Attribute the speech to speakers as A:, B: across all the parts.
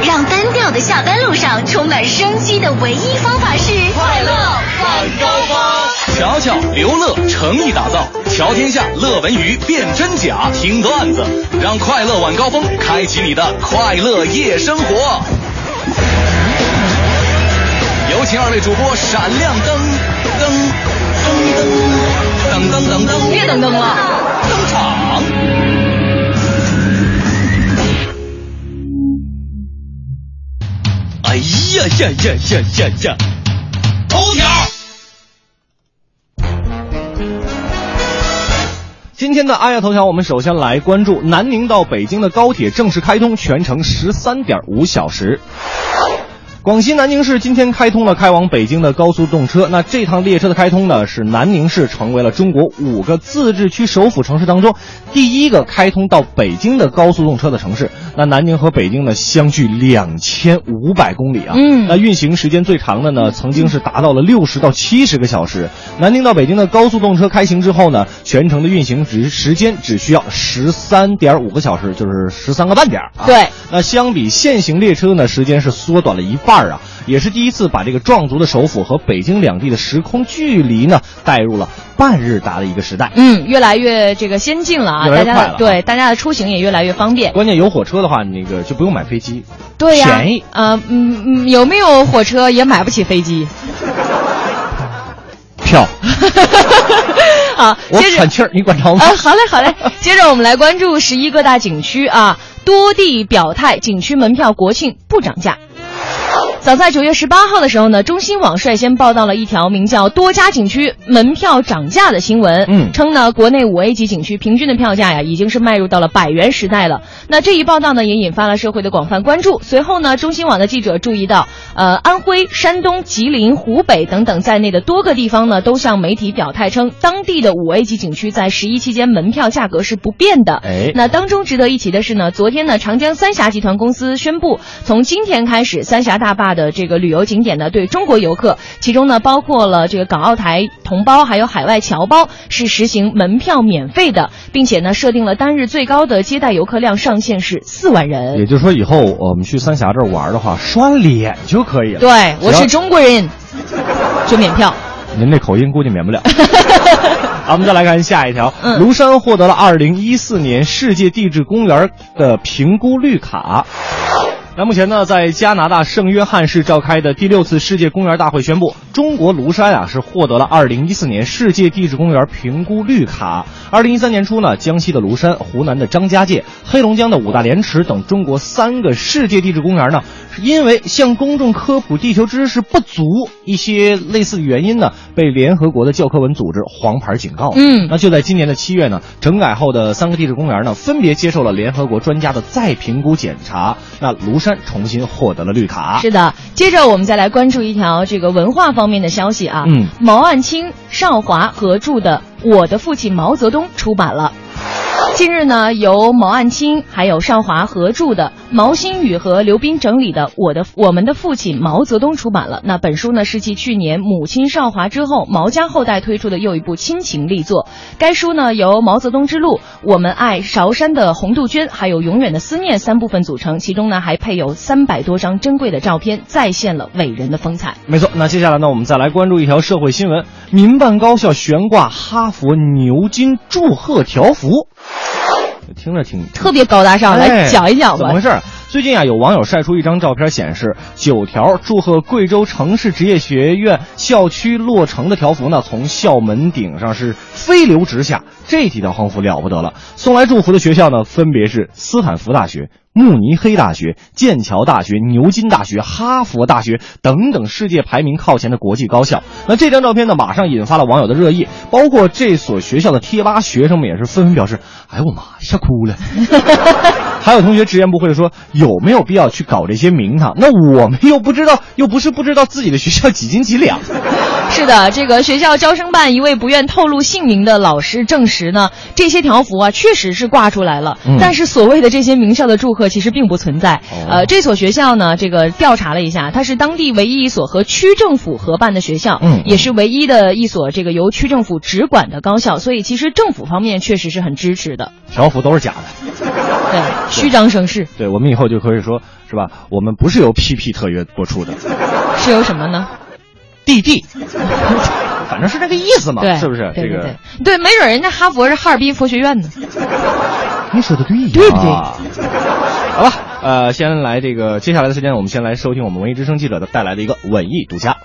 A: 让单调的下班路上充满生机的唯一方法是
B: 快乐晚高峰。
C: 巧巧、刘乐诚意打造，乔天下、乐文娱辨真假，听段子，让快乐晚高峰开启你的快乐夜生活。有请二位主播闪亮登登登登登登登，
D: 别等灯了，
C: 登场。
E: 哎呀呀呀呀呀呀！
B: 头条，
E: 今天的阿亚头条，我们首先来关注南宁到北京的高铁正式开通，全程十三点五小时。广西南宁市今天开通了开往北京的高速动车。那这趟列车的开通呢，使南宁市成为了中国五个自治区首府城市当中第一个开通到北京的高速动车的城市。那南宁和北京呢，相距两千五百公里啊。
D: 嗯
E: 那运行时间最长的呢，曾经是达到了六十到七十个小时。南宁到北京的高速动车开行之后呢，全程的运行只时间只需要十三点五个小时，就是十三个半点儿啊。
D: 对，
E: 那相比现行列车呢，时间是缩短了一半儿啊，也是第一次把这个壮族的首府和北京两地的时空距离呢带入了半日达的一个时代。
D: 嗯，越来越这个先进了啊，
E: 越来
D: 大
E: 越
D: 家
E: 快
D: 的
E: 了
D: 对大家的出行也越来越方便。
E: 关键有火车的话，那个就不用买飞机，
D: 对呀、
E: 便宜。
D: 呃，嗯嗯，有没有火车也买不起飞机。
E: 票，
D: 啊，
E: 我
D: 接着
E: 喘气儿，你管着吗？
D: 啊，好嘞，好嘞。 接着我们来关注十一各大景区啊，多地表态，景区门票国庆不涨价。早在九月十八号的时候呢，中新网率先报道了一条名叫“多家景区门票涨价”的新闻，
E: 嗯
D: 称呢国内五 A 级景区平均的票价呀，已经是迈入到了百元时代了。那这一报道呢，也引发了社会的广泛关注。随后呢，中新网的记者注意到，呃，安徽、山东、吉林、湖北等等在内的多个地方呢，都向媒体表态称，当地的五 A 级景区在十一期间门票价格是不变的。
E: 哎
D: 那当中值得一提的是呢，昨天呢，长江三峡集团公司宣布，从今天开始，三峡大坝的这个旅游景点呢，对中国游客，其中呢包括了这个港澳台同胞，还有海外侨胞，是实行门票免费的，并且呢设定了单日最高的接待游客量上限是四万
E: 也
D: 人。
E: 就是说，以后我们去三峡这儿玩的话，刷脸就可以了。
D: 对，我
E: 只要
D: 是中国人，就免票。
E: 您这口音估计免 不了。好，我们再来看下一条。
D: 嗯
E: 庐山获得了2014年世界地质公园的评估绿卡。那目前呢，在加拿大圣约翰市召开的第六次世界公园大会宣布，中国庐山啊是获得了2014年世界地质公园评估绿卡。2013年初呢，江西的庐山、湖南的张家界、黑龙江的五大连池等中国三个世界地质公园呢，是因为向公众科普地球知识不足，一些类似的原因呢，被联合国的教科文组织黄牌警告。
D: 嗯
E: 那就在今年的七月呢，整改后的三个地质公园呢，分别接受了联合国专家的再评估检查。那庐山重新获得了绿卡。
D: 是的，接着我们再来关注一条这个文化方面的消息啊。
E: 嗯，
D: 毛岸青、邵华合著的《我的父亲毛泽东》出版了。近日呢，由毛岸青还有邵华合著的毛新宇和刘斌整理的《我的我们的父亲毛泽东》出版了。那本书呢，是继去年母亲邵华之后，毛家后代推出的又一部亲情力作。该书呢，由《毛泽东之路》、《我们爱韶山的红杜鹃》还有《永远的思念》三部分组成，其中呢还配有三百多张珍贵的照片，再现了伟人的风采。
E: 没错，那接下来呢，我们再来关注一条社会新闻：民办高校悬挂哈佛、牛津祝贺条幅，听着挺
D: 特别高大上，来
E: 哎
D: 讲一讲
E: 怎
D: 吧
E: 么回。事儿？最近啊，有网友晒出一张照片，显示九条祝贺贵州城市职业学院校区落成的条幅呢，从校门顶上是飞流直下。这几条横幅了不得了！送来祝福的学校呢，分别是斯坦福大学、慕尼黑大学、剑桥大学、牛津大学、哈佛大学等等世界排名靠前的国际高校。那这张照片呢，马上引发了网友的热议，包括这所学校的贴吧学生们也是纷纷表示：“哎呦我妈，一下哭了。” 还有同学直言不讳地说：“有没有必要去搞这些名堂？那我们又不知道，又不是不知道自己的学校几斤几 两。
D: 是的，这个学校招生办一位不愿透露姓名的老师证实呢，这些条幅啊确实是挂出来了，
E: 嗯
D: 但是所谓的这些名校的祝贺其实并不存在。
E: 哦
D: 呃，这所学校呢，这个调查了一下，它是当地唯一一所和区政府合办的学校，
E: 嗯
D: 也是唯一的一所这个由区政府直管的高校，所以其实政府方面确实是很支持的。”
E: 条幅都是假的，
D: 对，虚张声势，
E: 对我们以后就可以说，是吧？我们不是由 PP 特约播 出的
D: 是有什么呢？
E: ，DD，反正是这个意思嘛，
D: 对，
E: 是不是？
D: 对
E: 这
D: 对
E: 个
D: 对对，没准人家哈佛是哈尔滨佛学院的。
E: 你说的对呀，
D: 对不对
C: 啊
E: 好吧，呃，先来这个，接下来的时间我们先来收听我们文艺之声记者的带来的一个文艺独家。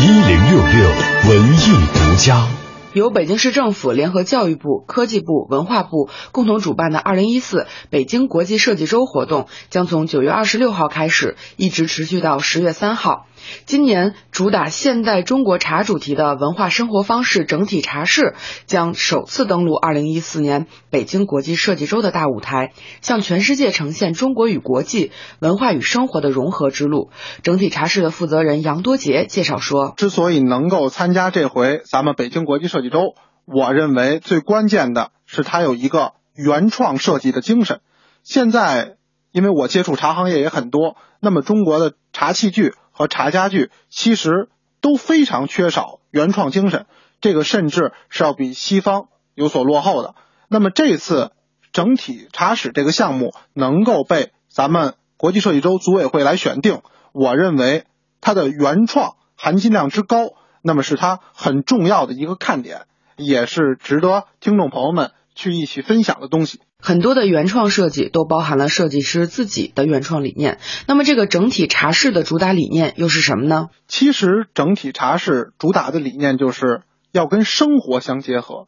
F: 一零六六文艺独家。
G: 由北京市政府联合教育部、科技部、文化部共同主办的2014北京国际设计周活动，将从9月26号开始，一直持续到10月3号。今年主打现代中国茶主题的文化生活方式整体茶室，将首次登陆2014年北京国际设计周的大舞台，向全世界呈现中国与国际文化与生活的融合之路。整体茶室的负责人杨多杰介绍说。
H: 之所以能够参加这回咱们北京国际设计周，我认为最关键的是它有一个原创设计的精神。现在，因为我接触茶行业也很多，那么中国的茶器具和茶家具其实都非常缺少原创精神，这个甚至是要比西方有所落后的。那么这次整体茶室这个项目能够被咱们国际设计周组委会来选定，我认为它的原创含金量之高，那么是它很重要的一个看点，也是值得听众朋友们去一起分享的东西。
G: 很多的原创设计都包含了设计师自己的原创理念。那么，这个整体茶室的主打理念又是什么呢？
H: 其实整体茶室主打的理念就是要跟生活相结合，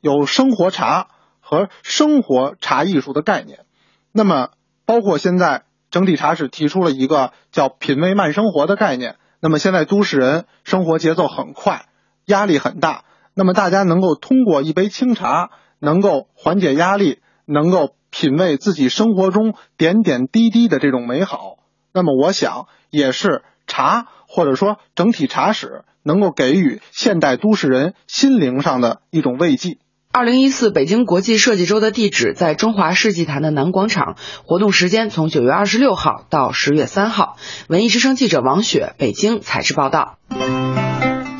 H: 有生活茶和生活茶艺术的概念。那么，包括现在整体茶室提出了一个叫“品味慢生活”的概念。那么现在都市人生活节奏很快，压力很大。那么大家能够通过一杯清茶，能够缓解压力，能够品味自己生活中点点滴滴的这种美好。那么我想，也是茶或者说整体茶史能够给予现代都市人心灵上的一种慰藉。
G: 二零一四北京国际设计周的地址在中华世纪坛的南广场，活动时间从九月二十六号到十月三号。文艺之声记者王雪北京采制报道。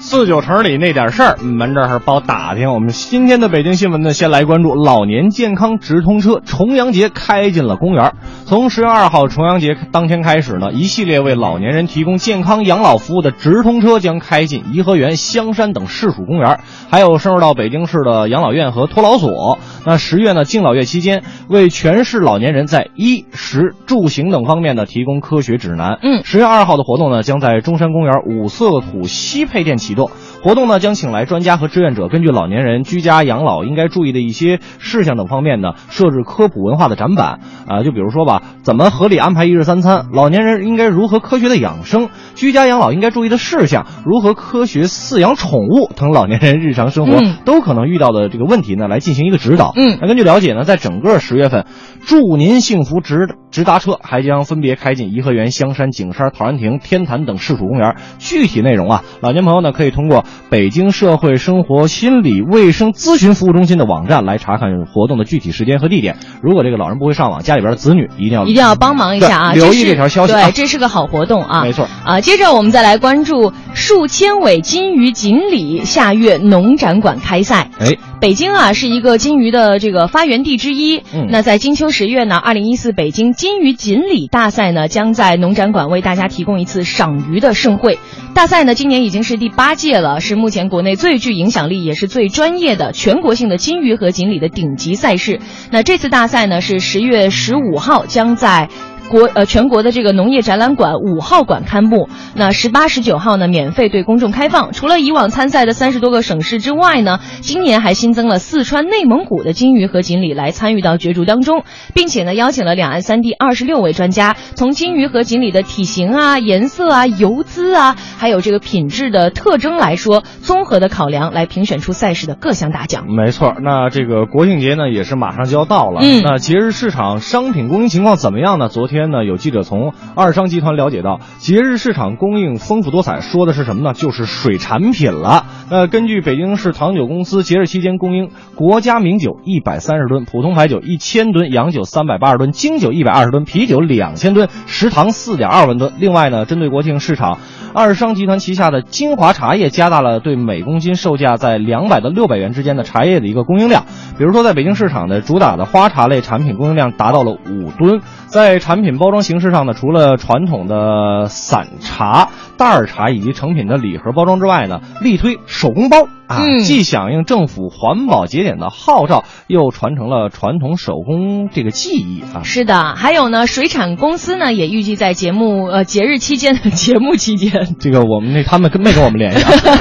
E: 四九城里那点事儿，嗯门这儿包打听。我们今天的北京新闻呢，先来关注老年健康直通车重阳节开进了公园儿。从十月二号重阳节当天开始呢，一系列为老年人提供健康养老服务的直通车将开进颐和园、香山等市属公园儿，还有深入到北京市的养老院和托老所。那十月呢，敬老月期间，为全市老年人在衣食住行等方面呢提供科学指南。
D: 嗯
E: 十月二号的活动呢，将在中山公园五色土西配店启动。活动呢，将请来专家和志愿者，根据老年人居家养老应该注意的一些事项等方面呢，设置科普文化的展板。啊、就比如说吧，怎么合理安排一日三餐，老年人应该如何科学的养生，居家养老应该注意的事项，如何科学饲养宠物等老年人日常生活、
D: 嗯
E: 都可能遇到的这个问题呢，来进行一个指导。
D: 嗯
E: 那根据了解呢，在整个十月份，祝您幸福直直达车还将分别开进颐和园、香山、景山、陶然亭、天坛等市属公园。具体内容啊，老年朋友呢可以通过北京社会生活心理卫生咨询服务中心的网站来查看活动的具体时间和地点。如果这个老人不会上网，家里边的子女一定要
D: 一定要帮忙一下啊！
E: 对留意
D: 是
E: 这条消息啊
D: 对，这是个好活动啊！
E: 没错
D: 啊，接着我们再来关注数千尾金鱼锦鲤下月农展馆开赛。
E: 哎，
D: 北京啊是一个金鱼的这个发源地之一。
E: 嗯
D: 那在金秋十月呢，二零一四北京金鱼锦鲤大赛呢将在农展馆为大家提供一次赏鱼的盛会。大赛呢今年已经是第八届了，是目前国内最具影响力也是最专业的全国性的金鱼和锦鲤的顶级赛事。那这次大赛呢是十月十五号将在。国呃全国的这个农业展览馆五号馆开幕，那十八、十九号呢免费对公众开放。除了以往参赛的三十多个省市之外呢，今年还新增了四川、内蒙古的金鱼和锦鲤来参与到角逐当中，并且呢邀请了两岸三地二十六位专家，从金鱼和锦鲤的体型啊、颜色啊、游姿啊，还有这个品质的特征来说，综合的考量来评选出赛事的各项大奖。
E: 没错，那这个国庆节呢也是马上就要到了。
D: 嗯
E: 那节日市场商品供应情况怎么样呢？昨天天呢，有记者从二商集团了解到，节日市场供应丰富多彩，说的是什么呢？就是水产品了。那根据北京市糖酒公司节日期间供应国家名酒一百三十吨，普通牌酒一千吨，洋酒三百八十吨，精酒一百二十吨，啤酒两千吨，食糖四点二万吨。另外呢，针对国庆市场，二商集团旗下的金华茶叶加大了对每公斤售价在两百到六百元之间的茶叶的一个供应量。比如说，在北京市场的主打的花茶类产品供应量达到了五吨。在产品包装形式上呢，除了传统的散茶、袋儿茶以及成品的礼盒包装之外呢，力推手工包啊，
D: 嗯
E: 既响应政府环保节点的号召，又传承了传统手工这个技艺啊。
D: 是的，还有呢，水产公司呢也预计在节目呃节日期间的节目期间，
E: 这个我们那他们跟没跟我们联 系啊？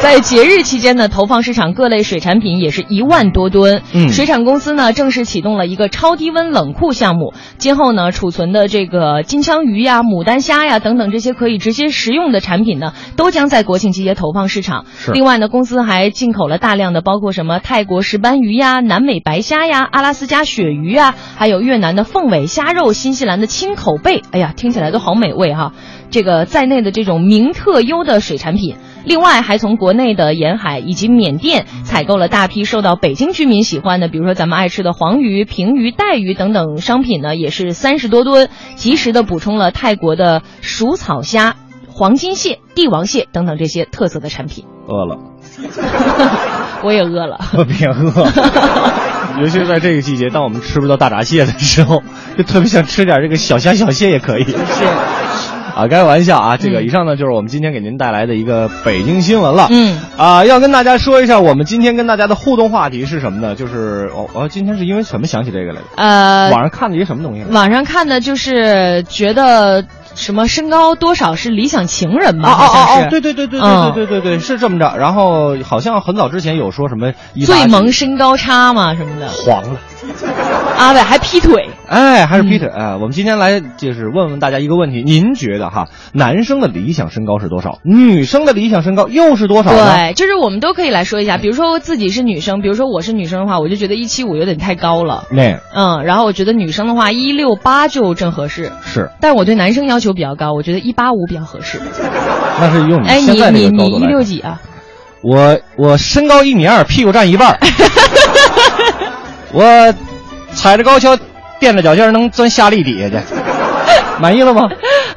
D: 在节日期间呢投放市场各类水产品也是一万多吨。
E: 嗯
D: 水产公司呢正式启动了一个超低温冷库项目，今后呢储存的这个金枪鱼呀、牡丹虾呀等等这些可以直接食用的产品呢，都将在国庆期间投放市场。
E: 是
D: 另外呢，公司还进口了大量的包括什么泰国石斑鱼呀、南美白虾呀、阿拉斯加鳕鱼呀，还有越南的凤尾虾肉、新西兰的青口贝。哎呀，听起来都好美味哈、这个在内的这种名特优的水产品。另外，还从国内的沿海以及缅甸采购了大批受到北京居民喜欢的，比如说咱们爱吃的黄鱼、平鱼、带鱼等等商品呢，也是三十多吨，及时的补充了泰国的鼠草虾、黄金蟹、帝王蟹等等这些特色的产品。
E: 饿了，
D: 我也饿了。
E: 我 别饿，尤其是在这个季节，当我们吃不到大闸蟹的时候， 就特别想吃点这个小虾小蟹也可以。是。啊，开玩笑啊！这个
D: 嗯
E: 以上呢，就是我们今天给您带来的一个北京新闻了。
D: 嗯，
E: 啊，要跟大家说一下，我们今天跟大家的互动话题是什么呢？就是哦，哦，今天是因为什么想起这个来着？
D: 呃，
E: 网上看的一个什么东西？
D: 网上看的就是觉得什么身高多少是理想情人吧？
E: 啊
D: 好
E: 啊
D: 像
E: 啊！
D: 是
E: 对对对对对
D: 嗯
E: 对对对，是这么着。然后好像很早之前有说什么一八
D: 最
E: 几
D: 萌身高差嘛什么的。
E: 黄了。
D: 阿伟还劈腿，嗯
E: 哎，还是 Peter 哎、我们今天来就是问问大家一个问题：您觉得哈，男生的理想身高是多少？女生的理想身高又是多少呢？
D: 对，就是我们都可以来说一下。比如说自己是女生，比如说我是女生的话，我就觉得一七五有点太高了，
E: 那
D: 嗯，然后我觉得女生的话一六八就正合适。
E: 是，
D: 但我对男生要求比较高，我觉得一八五比较合适。
E: 那是用你
D: 哎，你
E: 嗯现在这
D: 你
E: 个高
D: 你
E: 度
D: 一
E: 来
D: 六
E: 看。
D: 几啊？
E: 我我身高一米二，屁股占 一半儿。我踩着高跷，垫着脚尖儿能钻下粒底 下去，满意了吗？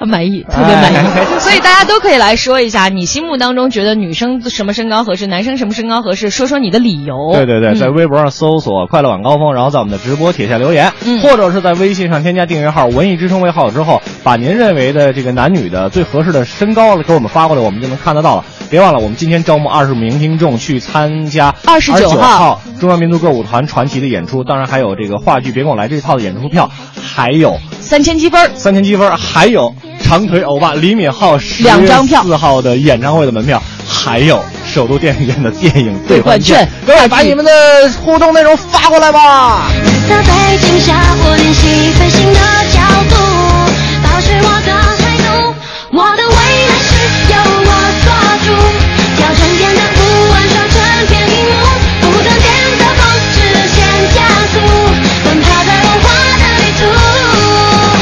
D: 满意，特别满意。
E: 哎
D: 所以大家都可以来说一下，你心目当中觉得女生什么身高合适，男生什么身高合适，说说你的理由。
E: 对对对，
D: 嗯
E: 在微博上搜索“快乐晚高峰”，然后在我们的直播帖下留言，
D: 嗯
E: 或者是在微信上添加订阅号“文艺之声”为好友之后，把您认为的这个男女的最合适的身高给我们发过来，我们就能看得到了。别忘了，我们今天招募二十名听众去参 加
D: 29
E: 29
D: 号
E: 号中央民族歌舞团传奇的演出，当然还有这个话剧《别跟我来》这套的演出票，还有
D: 三千积分儿。
E: 三千积分，还有长腿欧巴李敏镐10
D: 两张票
E: 四号的演唱会的门票，还有首都电影院的电影兑换券。
D: 兑
E: 各
D: 换券
E: 位，把你们的互动内容发过来吧。
A: 到北京沙坡练习飞行的角度，保持我的态度。我的未来是由我做主，调整简单不完爽成片一幕，不断颠倒方直线加速，奔跑在文化的地图。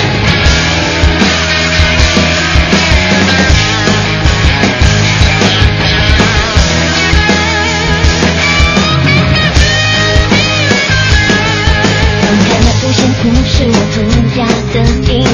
A: 当前的路线图是我主角，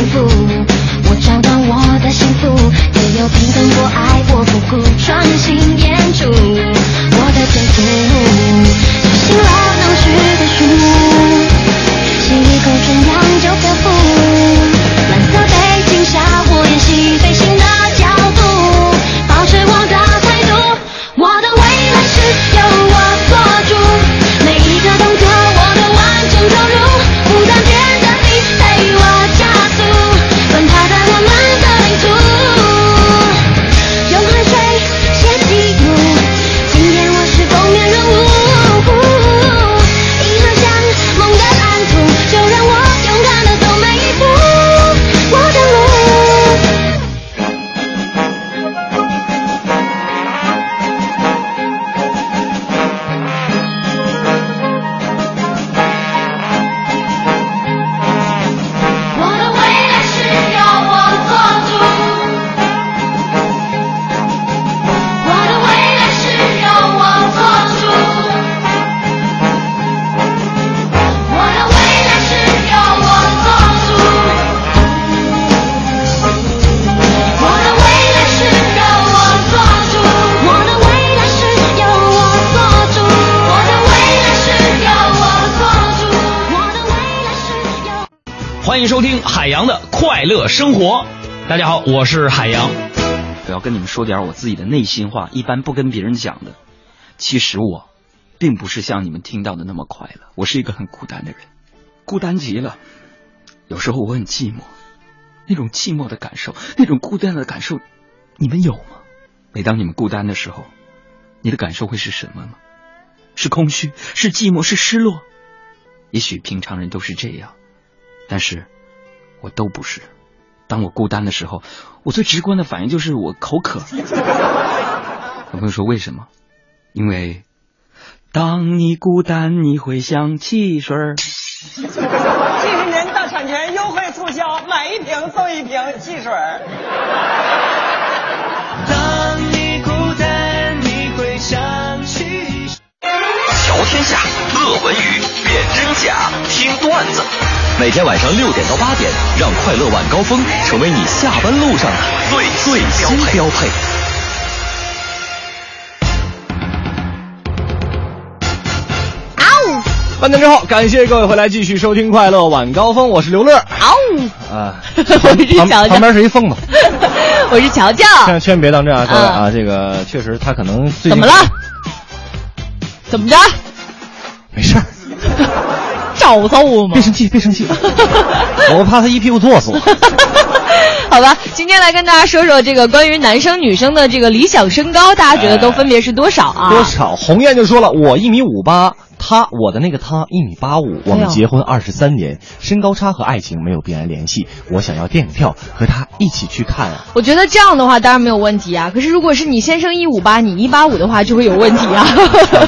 I: 听海洋的快乐生活。大家好，我是海洋。
J: 我要跟你们说点我自己的内心话，一般不跟别人讲的。其实我，并不是像你们听到的那么快乐，我是一个很孤单的人，孤单极了。有时候我很寂寞，那种寂寞的感受，那种孤单的感受，你们有吗？每当你们孤单的时候，你的感受会是什么吗？是空虚，是寂寞，是失落。也许平常人都是这样，但是我都不是。当我孤单的时候，我最直观的反应就是我口渴。有朋友说为什么？因为当你孤单，你会想汽水儿。
K: 七十年大产权优惠促销，买一瓶送一瓶汽水。当你孤单，你会想去。
C: 乔天下，乐文娱辨真假，听段子。每天晚上六点到八点，让快乐晚高峰成为你下班路上的最最新标配。
E: 半年之后，感谢各位回来继续收听《快乐晚高峰》，我是刘乐。
D: 嗷、
E: 啊，
D: 我是
E: 旁
D: 乔乔
E: 旁边是一疯子，
D: 我是乔乔，
E: 千千万别当真啊，各位
D: 啊
E: 啊，这个确实他可能最近
D: 怎么了？怎么着？
E: 没事儿，
D: 找揍吗
E: 别？生气，别生气，我怕他一屁股坐死我。
D: 好吧，今天来跟大家说说这个关于男生女生的这个理想身高，大家觉得都分别是多少 啊？
E: 多少？鸿雁就说了，我一米五八，他我的那个他一米八五，我
D: 哎
E: 们
D: 呦
E: 结婚二十三年，身高差和爱情没有必然联系。我想要电影票，和他一起去 看啊。
D: 我觉得这样的话当然没有问题啊，可是如果是你先生一五八，你一八五的话就会有问题啊。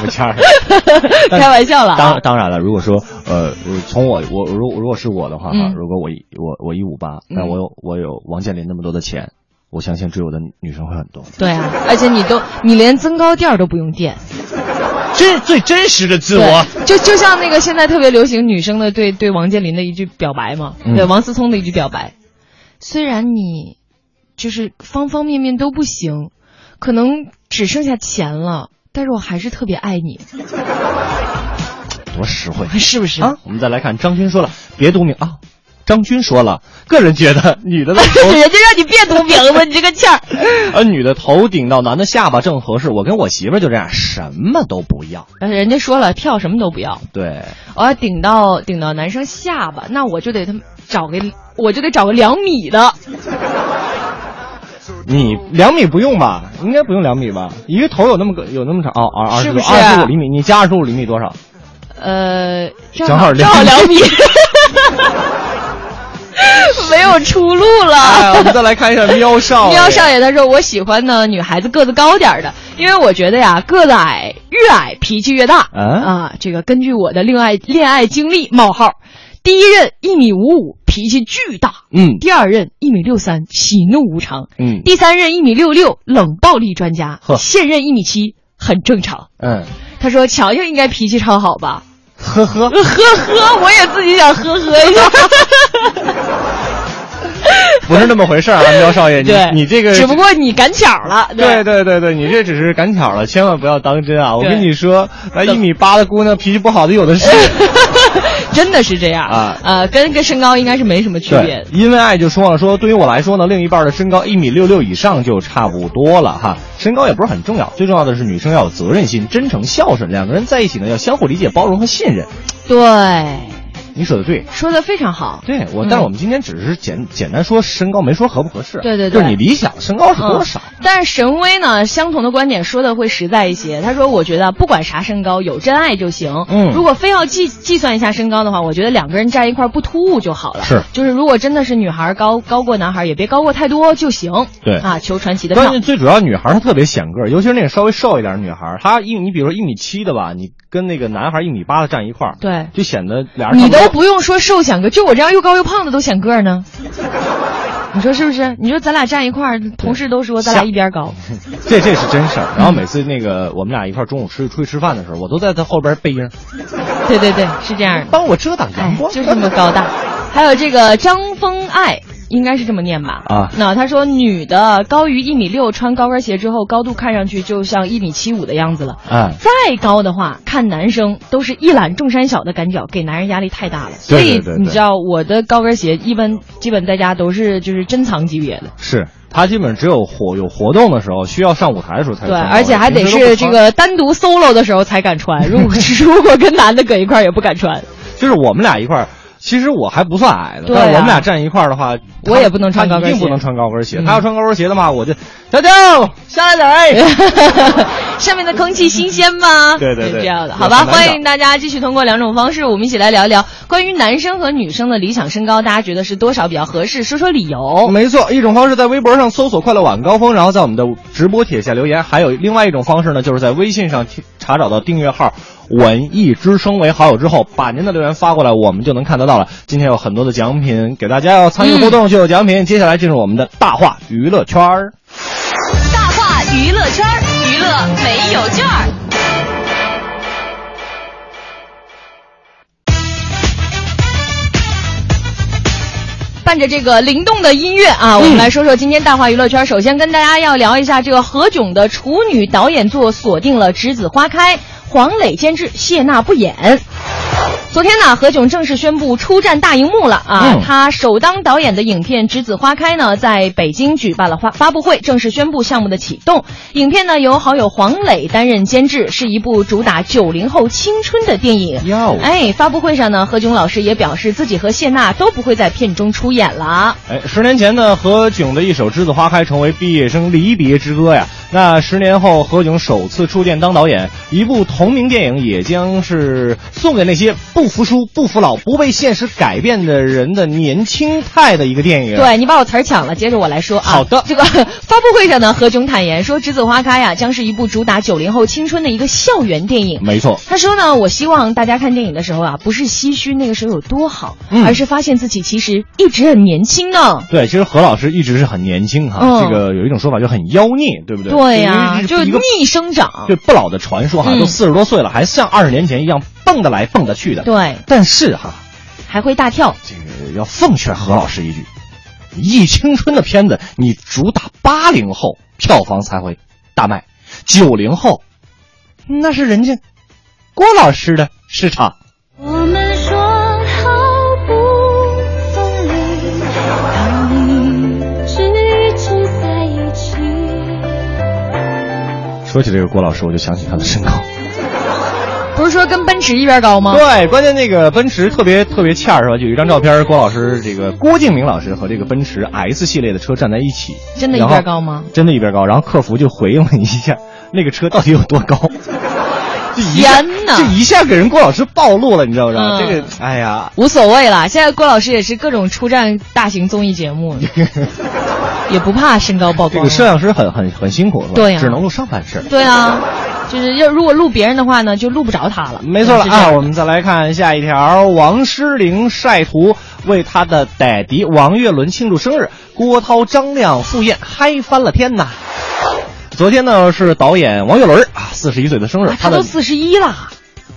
E: 不欠儿
D: 开玩笑了啊
E: 当！当然了，如果说呃，呃从我我如如果是我的话哈，
D: 嗯
E: 如果我一我我一五八，那我有我有王健林那么多的钱，我相信追我的女生会很多。
D: 对啊，而且你都你连增高垫儿都不用垫，
E: 这是最真实的自
D: 对，就就像那个现在特别流行女生的对对王健林的一句表白嘛，
E: 嗯
D: 对王思聪的一句表白，虽然你就是方方面面都不行，可能只剩下钱了，但是我还是特别爱你，
E: 多实惠。
D: 是不是？
E: 啊，我们再来看张军说了，别读名啊。张军说了，个人觉得女的的 头
D: 人家让你别读名字，你这 个欠儿。
E: 呃，女的头顶到男的下巴正合适。我跟我媳妇儿就这样，什么都不要。
D: 呃人家说了，票什么都不要，
E: 对，
D: 我要顶到顶到男生下巴，那我就得他妈找个，我就得找个两米的。
E: 你两米不用吧？应该不用两米吧？因为头有那么个有那么长哦，二二
D: 是
E: 十
D: 不
E: 五
D: 是
E: 二十五厘米，你加二十五厘米多少？
D: 呃，正
E: 正
D: 好
E: 好
D: 正
E: 两
D: 好
E: 米
D: 两米， 没有出路
E: 哎，我
D: 了。
E: 们再来看一下喵少哎爷。
D: 喵少爷他说：“我喜欢呢女孩子个子高点儿的，因为我觉得呀，个子矮越矮脾气越大
E: 啊
D: 啊。这个根据我的恋爱恋爱经历冒号，第一任一米五五，脾气巨大；
E: 嗯
D: 第二任一米六三，喜怒无常；
E: 嗯
D: 第三任一米六六，冷暴力专家；
E: 呵
D: 现任一米七，很正常。
E: 嗯，
D: 他说乔乔应该脾气超好吧？”
E: 呵 呵，
D: 呵呵，我也自己想呵呵一 下。
E: 不是那么回事儿 啊，喵少爷，你
D: 对，
E: 你这个
D: 只不过你赶巧了。
E: 对对对对，你这只是赶巧了，千万不要当真啊！我
D: 对
E: 跟你说，那一米八的姑娘脾气不好的有的是。
D: 真的是这样
E: 啊
D: 呃，跟跟身高应该是没什么区别
E: 对，。因为爱就说了，说对于我来说呢，另一半的身高一米六六以上就差不多了哈，身高也不是很重要，最重要的是女生要有责任心、真诚、孝顺，两个人在一起呢要相互理解、包容和信任。
D: 对，
E: 你说的对。
D: 说的非常好。
E: 对我，
D: 嗯
E: 但是我们今天只是简简单说身高，没说合不合适。
D: 对对对
E: 就是你理想的身高是多少？
D: 嗯但是神威呢，相同的观点说的会实在一些。他说：“我觉得不管啥身高，有真爱就行。
E: 嗯
D: 如果非要计计算一下身高的话，我觉得两个人站一块儿不突兀就好了。
E: 是
D: 就是如果真的是女孩高高过男孩，也别高过太多就行。
E: 对
D: 啊，求传奇的
E: 关
D: 票
E: 键。最主要，女孩她特别显个儿，尤其是那个稍微瘦一点的女孩，她一你比如说一米七的吧，你跟那个男孩一米八的站一块儿，
D: 对
E: 就显得俩人
D: 你
E: 差
D: 都
E: 多
D: 不用说瘦显个，就我这样又高又胖的都显个儿呢。你说是不是？你说咱俩站一块儿，同事都说咱俩一边高。
E: 这这是真事儿。然后每次那个我们俩一块儿中午吃出去吃饭的时候，我都在他后边背影，
D: 对对对，是这样的。
E: 帮我遮挡阳
D: 哎，
E: 光。
D: 就这么高大。还有这个张峰爱，应该是这么念吧？
E: 啊
D: 那他说女的高于一米六，穿高跟鞋之后高度看上去就像一米七五的样子了。
E: 哎，
D: 再高的话，看男生都是一览众山小的感觉，给男人压力太大了。
E: 对对对
D: 所
E: 对
D: 以你知道我的高跟鞋一般基本在家都是就是珍藏级别的。
E: 是他基本只有活有活动的时候，需要上舞台的时候才
D: 对，
E: 穿
D: 而且还得是这。个 单独 solo 的时候才敢穿，如果如果跟男的搁一块儿也不敢穿。
E: 平时都不穿就是我们俩一块儿，其实我还不算矮的，
D: 对啊
E: 但是我们俩站一块儿的话，
D: 我也不能穿
E: 他
D: 高跟
E: 一定
D: 鞋
E: 不能穿高跟鞋。
D: 嗯
E: 他要穿高跟鞋的话，我就小豆下来点儿。
D: 上哎面的空气新鲜吗？
E: 对对对
D: 这样的，
E: 对
D: 好吧，
E: 很难
D: 欢
E: 找
D: 迎大家继续通过两种方式，我们一起来聊一聊关于男生和女生的理想身高，大家觉得是多少比较合适？说说理由。
E: 没错，一种方式在微博上搜索“快乐晚高峰”，然后在我们的直播帖下留言；还有另外一种方式呢，就是在微信上提查找到订阅号“文艺之声”为好友之后，把您的留言发过来，我们就能看得到了。今天有很多的奖品给大家，要参与互动就有奖品。接下来进入我们的大话娱乐圈儿。
A: 大话娱乐圈，娱乐没有券儿。
D: 伴着这个灵动的音乐啊，我们来说说今天大话娱乐圈。首先跟大家要聊一下这个何炅的处女导演作锁定了《栀子花开》，黄磊监制，谢娜不演。昨天呢，何炅正式宣布出战大荧幕了啊！
A: 嗯
D: 他首当导演的影片《栀子花开》呢，在北京举办了发发布会，正式宣布项目的启动。影片呢由好友黄磊担任监制，是一部主打九零后青春的电影。
E: 哟
D: 哎，发布会上呢，何炅老师也表示自己和谢娜都不会在片中出演了。
E: 哎，十年前呢，何炅的一首《栀子花开》成为毕业生离别之歌呀。那十年后，何炅首次出电当导演，一部同名电影也将是送给那些不服输、不服老、不被现实改变的人的年轻态的一个电影。
D: 对你把我词儿抢了，接着我来说啊。
E: 好的
D: 这个发布会上呢，何炅坦言说，《栀子花开》呀，将是一部主打九零后青春的一个校园电影。
E: 没错。
D: 他说呢，我希望大家看电影的时候啊，不是唏嘘那个时候有多好，
E: 嗯
D: 而是发现自己其实一直很年轻呢。
E: 对，其实何老师一直是很年轻哈，
D: 嗯
E: 这个有一种说法就很妖孽，对不对？
D: 对呀、
E: 就
D: 就是是
E: 一个
D: 逆生长。
E: 对不老的传说哈，
D: 嗯
E: 都四十多岁了，还像二十年前一样蹦得来蹦得去的。
D: 对
E: 但是哈，
D: 还会大跳。
E: 呃要奉劝何老师一句：忆青春的片子，你主打八零后，票房才会大卖；九零后，那是人家郭老师的市场。
A: 我们说好不分离，要一直一直在一起。
E: 说起这个郭老师，我就想起他的身高。
D: 不是说跟奔驰一边高吗？
E: 对，关键那个奔驰特别特别欠儿是吧？就有一张照片，郭老师这个郭敬明老师和这个奔驰 S 系列的车站在一起，
D: 真的一
E: 然后
D: 边高吗？
E: 真的一边高。然后客服就回应了一下，那个车到底有多高？ 这一下
D: 天哪
E: 这一下给人郭老师暴露了，你知道不知
D: 嗯
E: 道？这个，哎呀，
D: 无所谓啦，现在郭老师也是各种出战大型综艺节目，也不怕身高曝
E: 这
D: 光
E: 个。摄像师很很很辛苦是吧？
D: 对呀
E: 只能录上半身。
D: 对啊，就是要如果录别人的话呢，就录不着他了。
E: 没错了
D: 是这样
E: 啊！我们再来看下一条，王诗龄晒图为她的爹地王岳伦庆祝生日，郭涛、张亮赴宴，嗨翻了天呐！昨天呢是导演王岳伦啊，四十一岁的生日，
D: 哎他
E: 的
D: 都四十一了，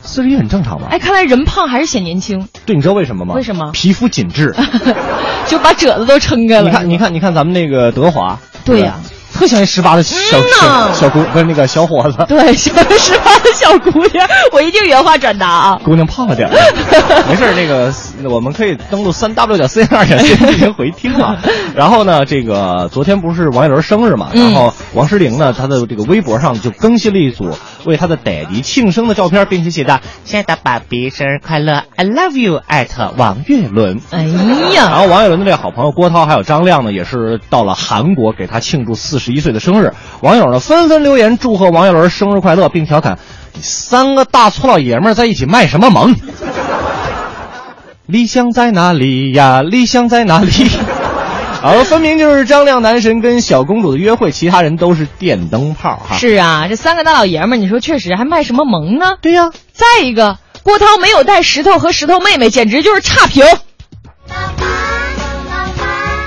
E: 四十一很正常吧？
D: 哎，看来人胖还是显年 轻，
E: 对，你知道为什么吗？
D: 为什么
E: 皮肤紧致。
D: 就把褶子都撑开了。
E: 你看，你看，你看，咱们那个德华，
D: 对
E: 吧
D: 呀嗯
E: 特像一十八的小
D: 呐
E: 小小姑，不是那个小伙子，
D: 对，小十八的小姑娘， 我一定原话转达啊。
E: 姑娘胖了点儿， 没事儿，那个我们可以登录三 w 点 c n 二点 c 进行回听 啊。然后呢，这个昨天不是王岳伦生日嘛，
L: 嗯
E: 然后王诗龄呢，她的这个微博上就更新了一组为她的爹地庆生的照片，并且写道：“亲爱的爸比，生日快乐，I love you at 王岳伦。”
D: 哎呀，
E: 然后王岳伦的这个好朋友郭涛还有张亮呢，也是到了韩国给他庆祝四十一岁的生日，网友呢纷纷留言祝贺王岳伦生日快乐，并调侃：“你三个大粗老爷们儿在一起卖什么萌？”理想在哪里呀？理想在哪里？ 好了，分明就是张亮男神跟小公主的约会，其他人都是电灯泡哈。
D: 是啊，这三个大老爷们儿，你说确实还卖什么萌呢？
E: 对呀、
D: 再一个，郭涛没有带石头和石头妹妹，简直就是差评。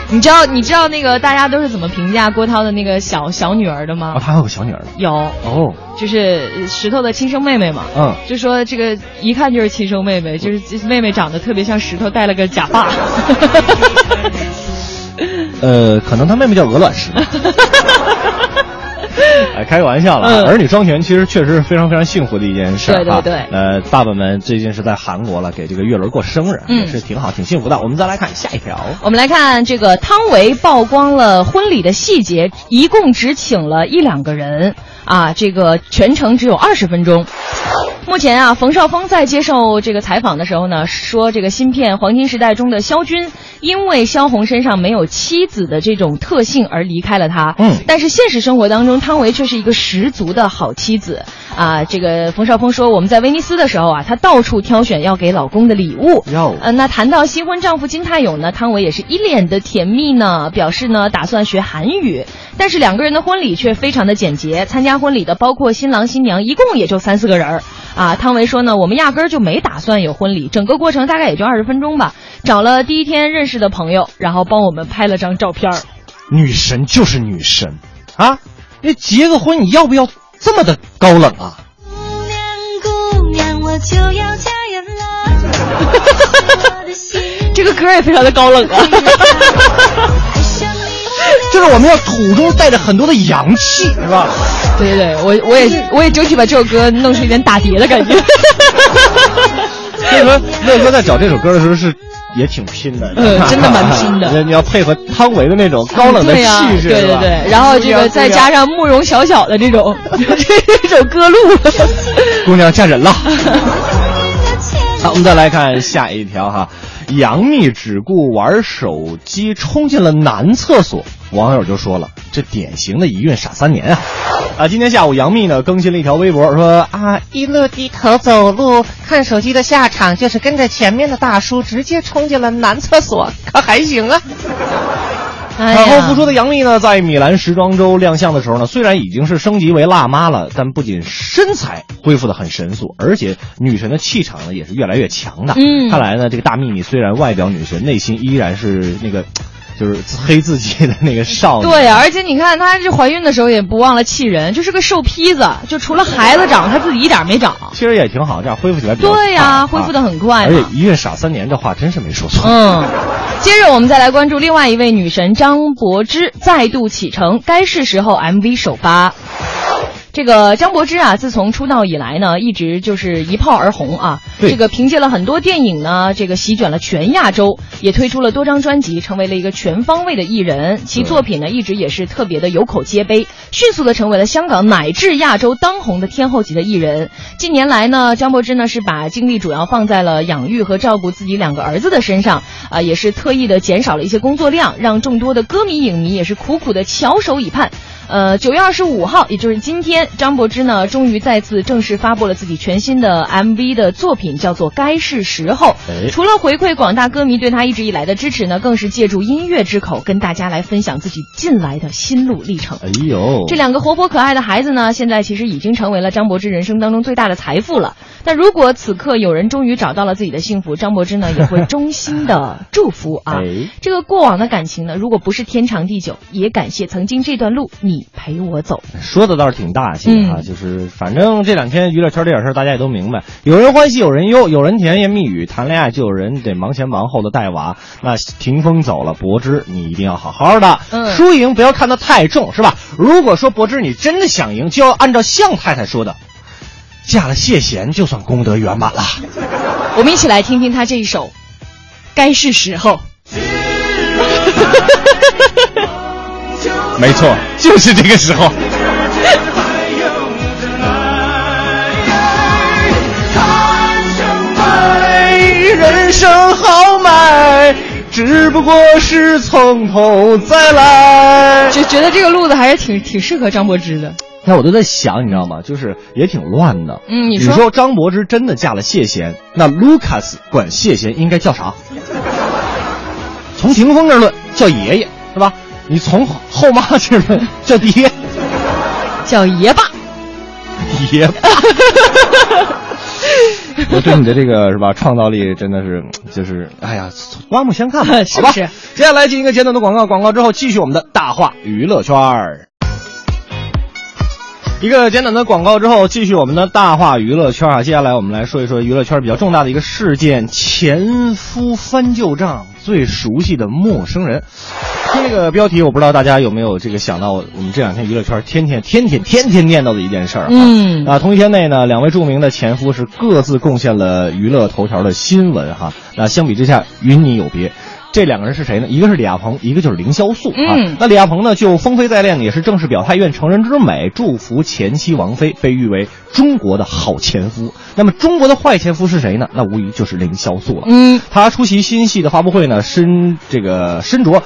D: 你知道你知道那个大家都是怎么评价郭涛的那个小小女儿的
L: 啊
D: 吗？
E: 哦，他还有个小女儿呢。
D: 有
E: 哦，
D: 就是石头的亲生妹妹嘛，
E: 嗯
D: 就说这个一看就是亲生妹妹，就是妹妹长得特别像石头，戴了个假发。
E: 呃，可能他妹妹叫鹅 卵石。哎，开个玩笑了啊、
L: 嗯
E: 儿女双全其实确实是非常非常幸福的一件事儿
L: 对对
E: 哈
L: 对
E: 呃，爸爸们最近是在韩国了，给这个月轮过生日，
D: 嗯
E: 也是挺好，挺幸福的。我们再来看下一条。
D: 我们来看这个汤唯曝光了婚礼的细节，一共只请了一两个人啊，这个全程只有二十分钟。目前啊，冯绍峰在接受这个采访的时候呢，说这个新片《黄金时代》中的肖军，因为萧红身上没有妻子的这种特性而离开了他。
M: 嗯
D: 但是现实生活当中，汤唯却是一个十足的好妻子啊。这个冯绍峰说，我们在威尼斯的时候啊，她到处挑选要给老公的礼物。
E: 哟
D: 呃，那谈到新婚丈夫金泰勇呢，汤唯也是一脸的甜蜜呢，表示呢打算学韩语。但是两个人的婚礼却非常的简洁，参加婚礼的包括新郎新娘，一共也就三四个人儿。啊，汤唯说呢，我们压根儿就没打算有婚礼，整个过程大概也就二十分钟吧。找了第一天认识的朋友，然后帮我们拍了张照片儿。
E: 女神就是女神啊！你结个婚，你要不要这么的高冷啊？
A: 姑娘，我就要嫁人了。
D: 这个歌也非常 的高冷啊。
E: 就是我们要土中带着很多的洋气，是吧？
D: 对对，我我也我也争取把这首歌弄出一点打碟的感觉。
E: 所以说，乐哥在找这首歌的时候是也挺拼的，
D: 嗯真的蛮拼
E: 的。你要配合汤唯的那种高冷的
D: 对呀
E: 气质，
D: 对
E: 是
D: 对
E: 吧
D: 对，然后这个再加上慕容晓晓的这种 这种歌路，
E: 姑娘嫁人了。 好，我们再来看下一条哈，杨幂只顾玩手机，冲进了男厕所，网友就说了，这典型的一孕傻三年啊！啊，今天下午杨幂呢更新了一条微博，说啊，一路低头走路看手机的下场就是跟着前面的大叔直接冲进了男厕所，可还行啊。
D: 哎
E: 产后复出的杨幂呢，在米兰时装周亮相的时候呢，虽然已经是升级为辣妈了，但不仅身材恢复的很神速，而且女神的气场呢也是越来越强大。
N: 嗯
E: 看来呢，这个大幂幂虽然外表女神，内心依然是那个，就是自黑自己的那个少女。
D: 对呀、而且你看她这怀孕的时候也不忘了气人，就是个瘦坯子，就除了 孩子长，她自己一点没长。
E: 其实也挺好，这样恢复起来比较
D: 对呀、
E: 快
D: 恢复
E: 啊
D: 的很快
E: 而且
D: 嘛。
E: 一孕傻三年，这话真是没说错。
D: 嗯，接着我们再来关注另外一位女神张柏芝再度启程，该是时候 MV 首发。这个张柏芝啊，自从出道以来呢，一直就是一炮而红啊。
M: 对
D: 这个凭借了很多电影呢，这个席卷了全亚洲，也推出了多张专辑，成为了一个全方位的艺人。其
M: 对
D: 作品呢，一直也是特别的有口皆碑，迅速的成为了香港乃至亚洲当红的天后级的艺人。近年来呢，张柏芝呢是把精力主要放在了养育和照顾自己两个儿子的身上，啊、也是特意的减少了一些工作量，让众多的歌迷影迷也是苦苦的翘首以盼。呃，九月二十五号，也就是今天，张柏芝呢终于再次正式发布了自己全新的 MV 的作品，叫做《该是时候》。
M: 哎
D: 除了回馈广大歌迷对她一直以来的支持呢，更是借助音乐之口跟大家来分享自己近来的心路历程。
E: 哎
A: 哦
E: 呦，
D: 这两个活泼可爱的孩子呢，现在其实已经成为了张柏芝人生当中最大的财富了。但如果此刻有人终于找到了自己的幸福，张柏芝呢也会衷心的祝福啊。
E: 哎
D: 这个过往的感情呢，如果不是天长地久，也感谢曾经这段路你陪我走。
E: 说的倒是挺大气的啊，就是反正这两天娱乐圈这点事儿大家也都明白，有人欢喜有人忧，有人甜言蜜语，谈恋爱就有人得忙前忙后的带娃。那霆锋走了，柏芝你一定要好好的，
L: 嗯
E: 输赢不要看得太重，是吧？如果说柏芝你真的想赢，就要按照向太太说的，嫁了谢贤就算功德圆满了。
D: 我们一起来听听他这一首《该是时候》。
E: 没错，就是这个时候。哎人生豪迈，只不过是从头再来。
D: 就觉得这个路子还是挺挺适合张柏芝的。
E: 哎那我都在想，你知道吗？就是也挺乱的。
D: 嗯你
E: 你
D: 说
E: 张柏芝真的嫁了谢贤，那 Lucas 管谢贤应该 叫啥？从霆锋这儿论叫爷爷是吧？你从后妈这儿 论叫爹，
D: 叫爷爸，
E: 爷爸。我对你的这个是吧，创造力真的是就是，哎呀，刮目 相看吧，
D: 是
E: 不
D: 是
E: 接下来进一个简短的广告，广告之后继续我们的大话娱乐圈儿。一个简短的广告之后，继续我们的大话娱乐圈啊。接下来我们来说一说娱乐圈比较重大的一个事件——前夫翻旧账，最熟悉的陌生人。这个标题我不知道大家有没有这个想到，我们这两天娱乐圈天天天天天天念叨的一件事儿、啊。
L: 嗯
E: 啊，同一天内呢，两位著名的前夫是各自贡献了娱乐头条的新闻哈。那相比之下，云你有别。这两个人是谁呢？一个是李亚鹏，一个就是凌潇肃啊。
L: 嗯
E: 那李亚鹏呢，就风飞再恋，也是正式表态愿成人之美，祝福前妻王菲，被誉为中国的好前夫。那么中国的坏前夫是谁呢？那无疑就是凌潇肃了。
L: 嗯，
E: 他出席新戏的发布会呢，身这个身着。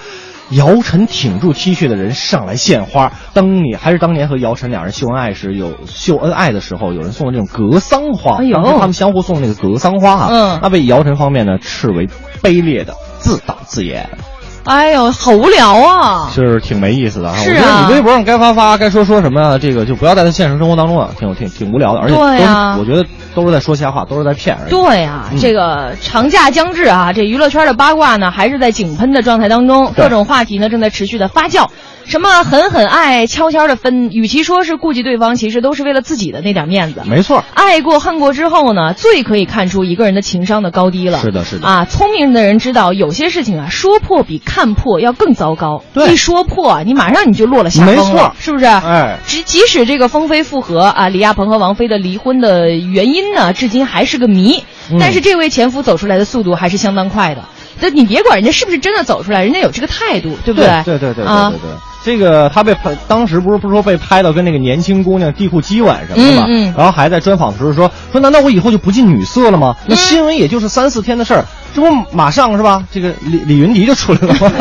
E: 姚晨挺住 T 恤的人上来献花，当年还是当年和姚晨两人秀恩爱时，有秀恩爱的时候，有人送了这种格桑花，
L: 哎呦
E: 当时他们相互送那个格桑花啊，
L: 嗯
E: 那被姚晨方面呢斥为卑劣的自导自演。
D: 哎呦，好无聊啊！
E: 就是挺没意思的哈。
D: 是啊
E: 我觉得你微博上该发发，该说说什么啊，这个就不要在他现实生活当中啊，挺有挺挺无聊的，而且都是、
D: 对啊
E: 我觉得都是在说瞎话，都是在骗而已。
D: 对啊，
E: 嗯
D: 这个长假将至啊，这娱乐圈的八卦呢还是在井喷的状态当中，
E: 对
D: 各种话题呢正在持续的发酵。什么狠狠爱，悄悄的分，与其说是顾及对方，其实都是为了自己的那点面子。
E: 没错，
D: 爱过恨过之后呢，最可以看出一个人的情商的高低了。
E: 是的是的
D: 啊，聪明的人知道有些事情啊，说破比看破要更糟糕。
E: 对
D: 一说破啊，你马上你就落了下风了，
E: 没错
D: 是不是？
E: 哎
D: 即即使这个风飞复合啊，李亚鹏和王菲的离婚的原因呢，至今还是个谜。
E: 嗯
D: 但是这位前夫走出来的速度还是相当快的。那你别管人家是不是真的走出来，人家有这个态度，对不
E: 对对对对对
D: 啊
E: 对，对这个他被拍，当时不是不是说被拍到跟那个年轻姑娘地库基吻什么的嘛，
D: 嗯嗯
E: 然后还在专访的时候说说，难道我以后就不近女色了吗？
D: 嗯
E: 那新闻也就是三四天的事儿，这不马上是吧？这个李李云迪就出来了 吗？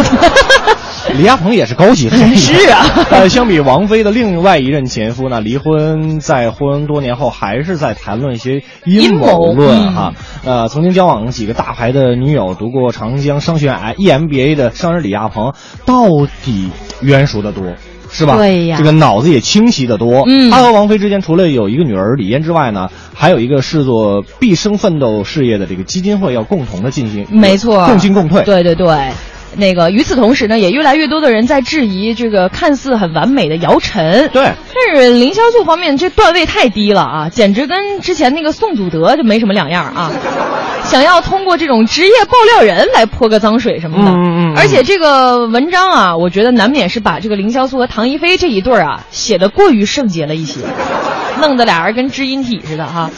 E: 李亚鹏也是高级，
D: 是啊。
E: 呃，相比王菲的另外一任前夫呢，离婚再婚多年后，还是在谈论一些阴谋
D: 阴谋嗯
E: 论哈。呃，曾经交往几个大牌的女友，读过长江商学院，E EMBA 的商人李亚鹏，到底圆熟的多。是吧？
D: 对呀
E: 这个脑子也清晰的多。
D: 嗯
E: 他和王菲之间除了有一个女儿李嫣之外呢，还有一个视作毕生奋斗事业的这个基金会要共同的进行，
D: 没错，
E: 共进共退。
D: 对对对。那个，与此同时呢，也越来越多的人在质疑这个看似很完美的姚晨。
E: 对，
D: 但是凌潇肃方面这段位太低了啊，简直跟之前那个宋祖德就没什么两样啊。想要通过这种职业爆料人来泼个脏水什么的，
E: 嗯嗯嗯
D: 而且这个文章啊，我觉得难免是把这个凌潇肃和唐一菲这一对儿啊写的过于圣洁了一些，弄得俩人跟知音体似的哈、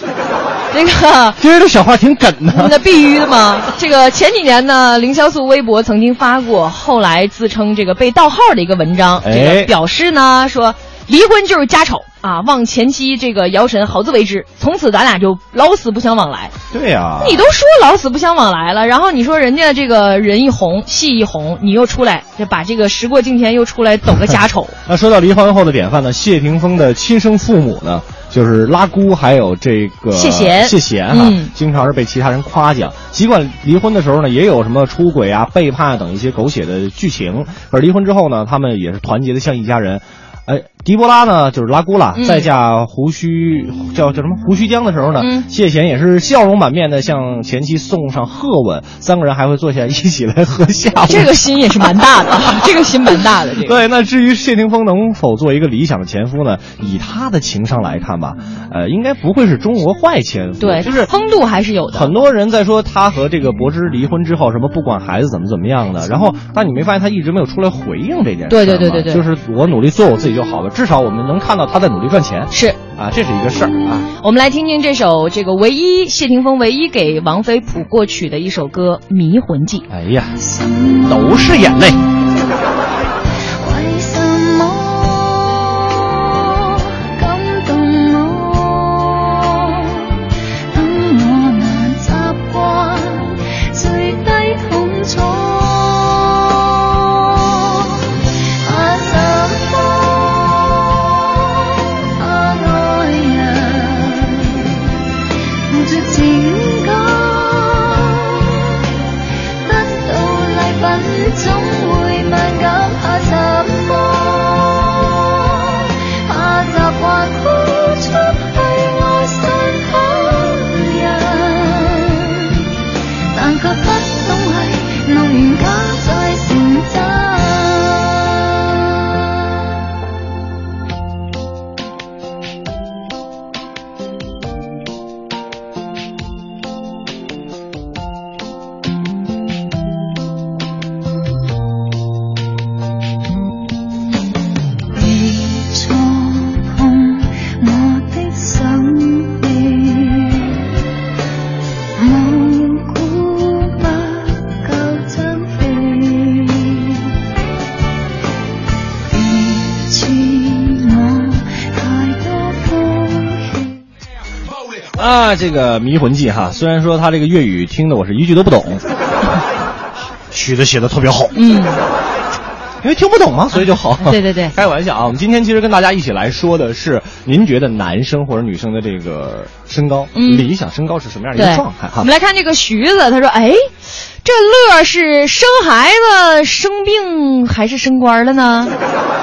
D: 这个
E: 今儿这小话挺梗的。
D: 那必须的嘛。这个前几年呢，凌潇肃微博曾经发过后来自称这个被盗号的一个文章，
E: 哎
D: 这个表示呢说离婚就是家丑啊，望前妻这个姚晨好自为之，从此咱俩就老死不相往来。
E: 对呀、
D: 你都说老死不相往来了，然后你说人家这个人一红，戏一红，你又出来就把这个时过境迁又出来抖个家丑，
E: 那说到离婚后的典范呢，谢霆锋的亲生父母呢，就是拉姑还有这个
D: 谢贤
E: 谢贤哈、
D: 嗯
E: 经常是被其他人夸奖。尽管离婚的时候呢，也有什么出轨啊、背叛啊等一些狗血的剧情，可是离婚之后呢，他们也是团结的像一家人。哎，狄波拉呢，就是拉姑啦，
L: 嗯
E: 再嫁胡须叫叫什么胡须江的时候呢，
L: 嗯
E: 谢贤也是笑容满面的向前妻送上贺吻，三个人还会坐下一起来喝下午茶。
D: 这个心也是蛮大的，这个心蛮大的。这个
E: 对，那至于谢霆锋能否做一个理想的前夫呢？以他的情商来看吧，呃，应该不会是中国坏前夫。
D: 对，
E: 就是
D: 风度还是有的。
E: 很多人在说他和这个柏芝离婚之后，什么不管孩子怎么怎么样的，然后但你没发现他一直没有出来回应这件事儿吗？
D: 对对对对对
E: 就是我努力做我自己就好了，至少我们能看到他在努力赚钱。
D: 是
E: 啊，这是一个事儿啊。
D: 我们来听听这首这个唯一谢霆锋唯一给王菲谱过曲的一首歌《迷魂记》。
E: 哎呀，都是眼泪。
A: 为什么感动我？等我难习惯最低痛楚。怕什么？怕爱人，冒着情感。得到禮品總會慢減，怕什麼？怕習慣呼出去愛上好人，但卻不懂去弄完假再成真。
E: 呢，啊这个《迷魂记》哈，虽然说他这个粤语听的我是一句都不懂， 曲子写的特别好，
D: 嗯，
E: 因为听不懂嘛，所以就好。
D: 对对对，
E: 开玩笑啊！我们今天其实跟大家一起来说的是，您觉得男生或者女生的这个身高，
D: 嗯
E: 理想身高是什么样的一
D: 对
E: 个状态哈？
D: 我们来看这个徐子，他说：“哎，这乐是生孩子、生病还是升官了 呢？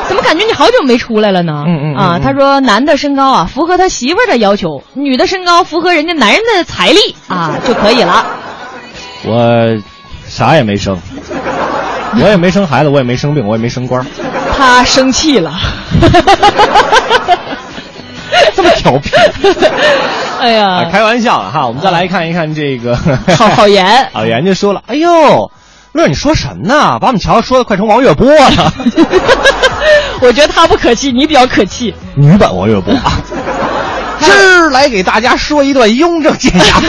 D: 怎么感觉你好久没出来了呢？”
E: 嗯嗯
D: 啊，他说：“男的身高啊，符合他媳妇儿的要求；女的身高符合人家男人的财力啊就可以了。
E: 我啥也没 生，我也没生孩子，我也没生病，我也没升官，”
D: 他生气了，
E: 这么调皮。
D: 哎呀，
E: 啊，开玩笑了哈。我们再来看一看 这个，
D: 郝郝 岩，
E: 郝岩就说了：“哎呦，乐儿，你说什么呢？把我们乔乔说的快成王月波了。
D: 我觉得他不可气，你比较可气。
E: 女版王月波啊。今儿来给大家 说一段雍正剑侠，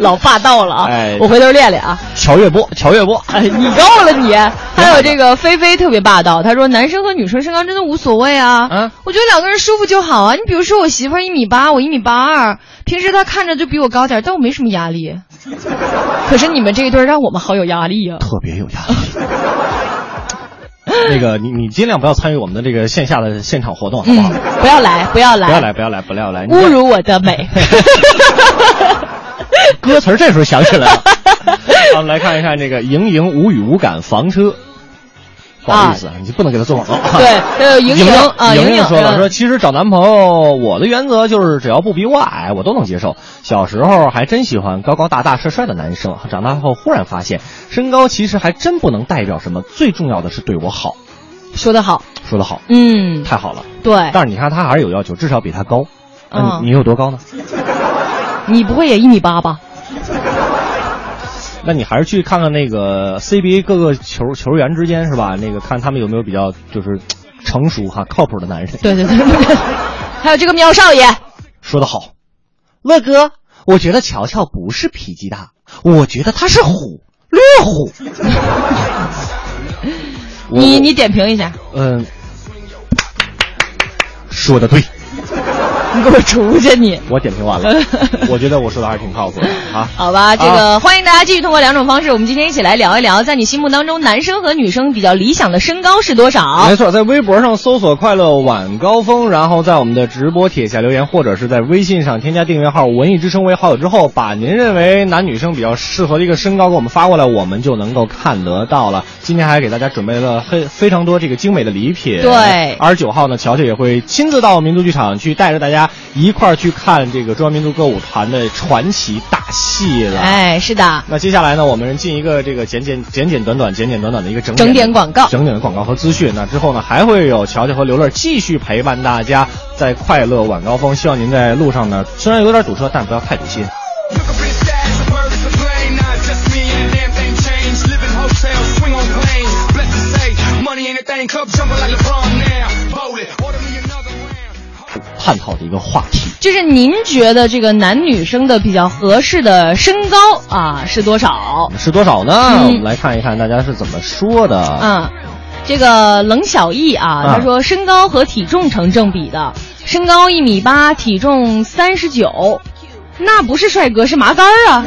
D: 老霸道了啊！
E: 哎
D: 我回头练练啊。
E: 乔月波，乔月波，
D: 哎，你够了你！还有这个菲菲特别霸道，她说男生和女生身高真的无所谓啊。我觉得两个人舒服就好啊。你比如说我媳妇儿一米八，我一米八二，平时她看着就比我高点儿，但我没什么压力。可是你们这一对儿让我们好有压力啊！
E: 特别有压力。 那个，你你尽量不要参与我们的这个线下的现场活动，好不好？
D: 嗯不要来，不要来，
E: 不要来，不要来，不要来！
D: 侮辱我的美。
E: 歌词儿这时候想起来了。 好我们来看一看这个“盈盈无语无感房车”，不好意思，啊、你不能给他做广告。
D: 对，呃，莹莹啊，莹
E: 莹
D: 莹
E: 说
D: 嗯
E: 了，说其实找男朋友，我的原则就是只要不比我矮，我都能接受。小时候还真喜欢高高大大、帅帅的男生，长大后忽然发现，身高其实还真不能代表什么，最重要的是对我好。
D: 说得好，
E: 说得好，
D: 嗯，
E: 太好了。
D: 对
E: 但是你看他还是有要求，至少比他高。那
D: 嗯
E: 你你有多高呢？
D: 你不会也一米八吧？
E: 那你还是去看看那个 CBA 各个球球员之间是吧？那个看他们有没有比较就是成熟哈、靠谱的男人。
D: 对对对对 对。还有这个喵少爷，
E: 说得好，乐哥，我觉得乔乔不是脾气大，我觉得他是虎，略虎。我
D: 你你点评一下，
E: 嗯、说的对，
D: 你给我出去你。
E: 我点评 完了，我觉得我说的还是挺靠谱的啊。
D: 好吧，这个、
E: 啊
D: 欢迎大家继续通过两种方式，我们今天一起来聊一聊，在你心目当中男生和女生比较理想的身高是多少？
E: 没错，在微博上搜索“快乐晚高峰”，然后在我们的直播帖下留言，或者是在微信上添加订阅号“文艺之声”为好友之后，把您认为男女生比较适合的一个身高给我们发过来，我们就能够看得到了。今天还给大家准备了非非常多这个精美的礼品。
D: 对
E: 二十九号呢，乔乔也会亲自到民族剧场去，带着大家一块儿去看这个中央民族歌舞团的传奇大戏了。
D: 哎，是的，
E: 那接下来呢，我们进一个这个简简简简短短、简简短短的一个整
D: 整点广告
E: 整点的广告和资讯。那之后呢，还会有乔乔和刘乐继续陪伴大家在快乐晚高峰。希望您在路上呢，虽然有点堵车，但不要太堵心。探讨的一个话题，
D: 就是您觉得这个男女生的比较合适的身高啊是多少？
E: 是多少呢？
D: 嗯
E: 我们来看一看大家是怎么说的。
D: 嗯，这个冷小艺啊，
E: 啊
D: 他说身高和体重成正比的，身高一米八，体重三十九，那不是帅哥是麻杆儿啊！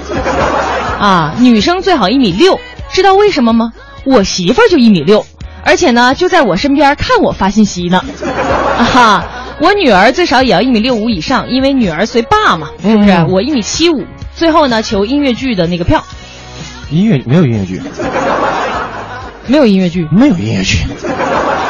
D: 啊，女生最好一米六，知道为什么吗？我媳妇儿就一米六，而且呢就在我身边看我发信息呢。啊哈，我女儿最少也要一米六五以上，因为女儿随爸嘛，是不是？
E: 嗯
D: 我一米七五，最后呢求音乐剧的那个票，
E: 音乐没有音乐剧，
D: 没有音乐剧，
E: 没有音乐剧。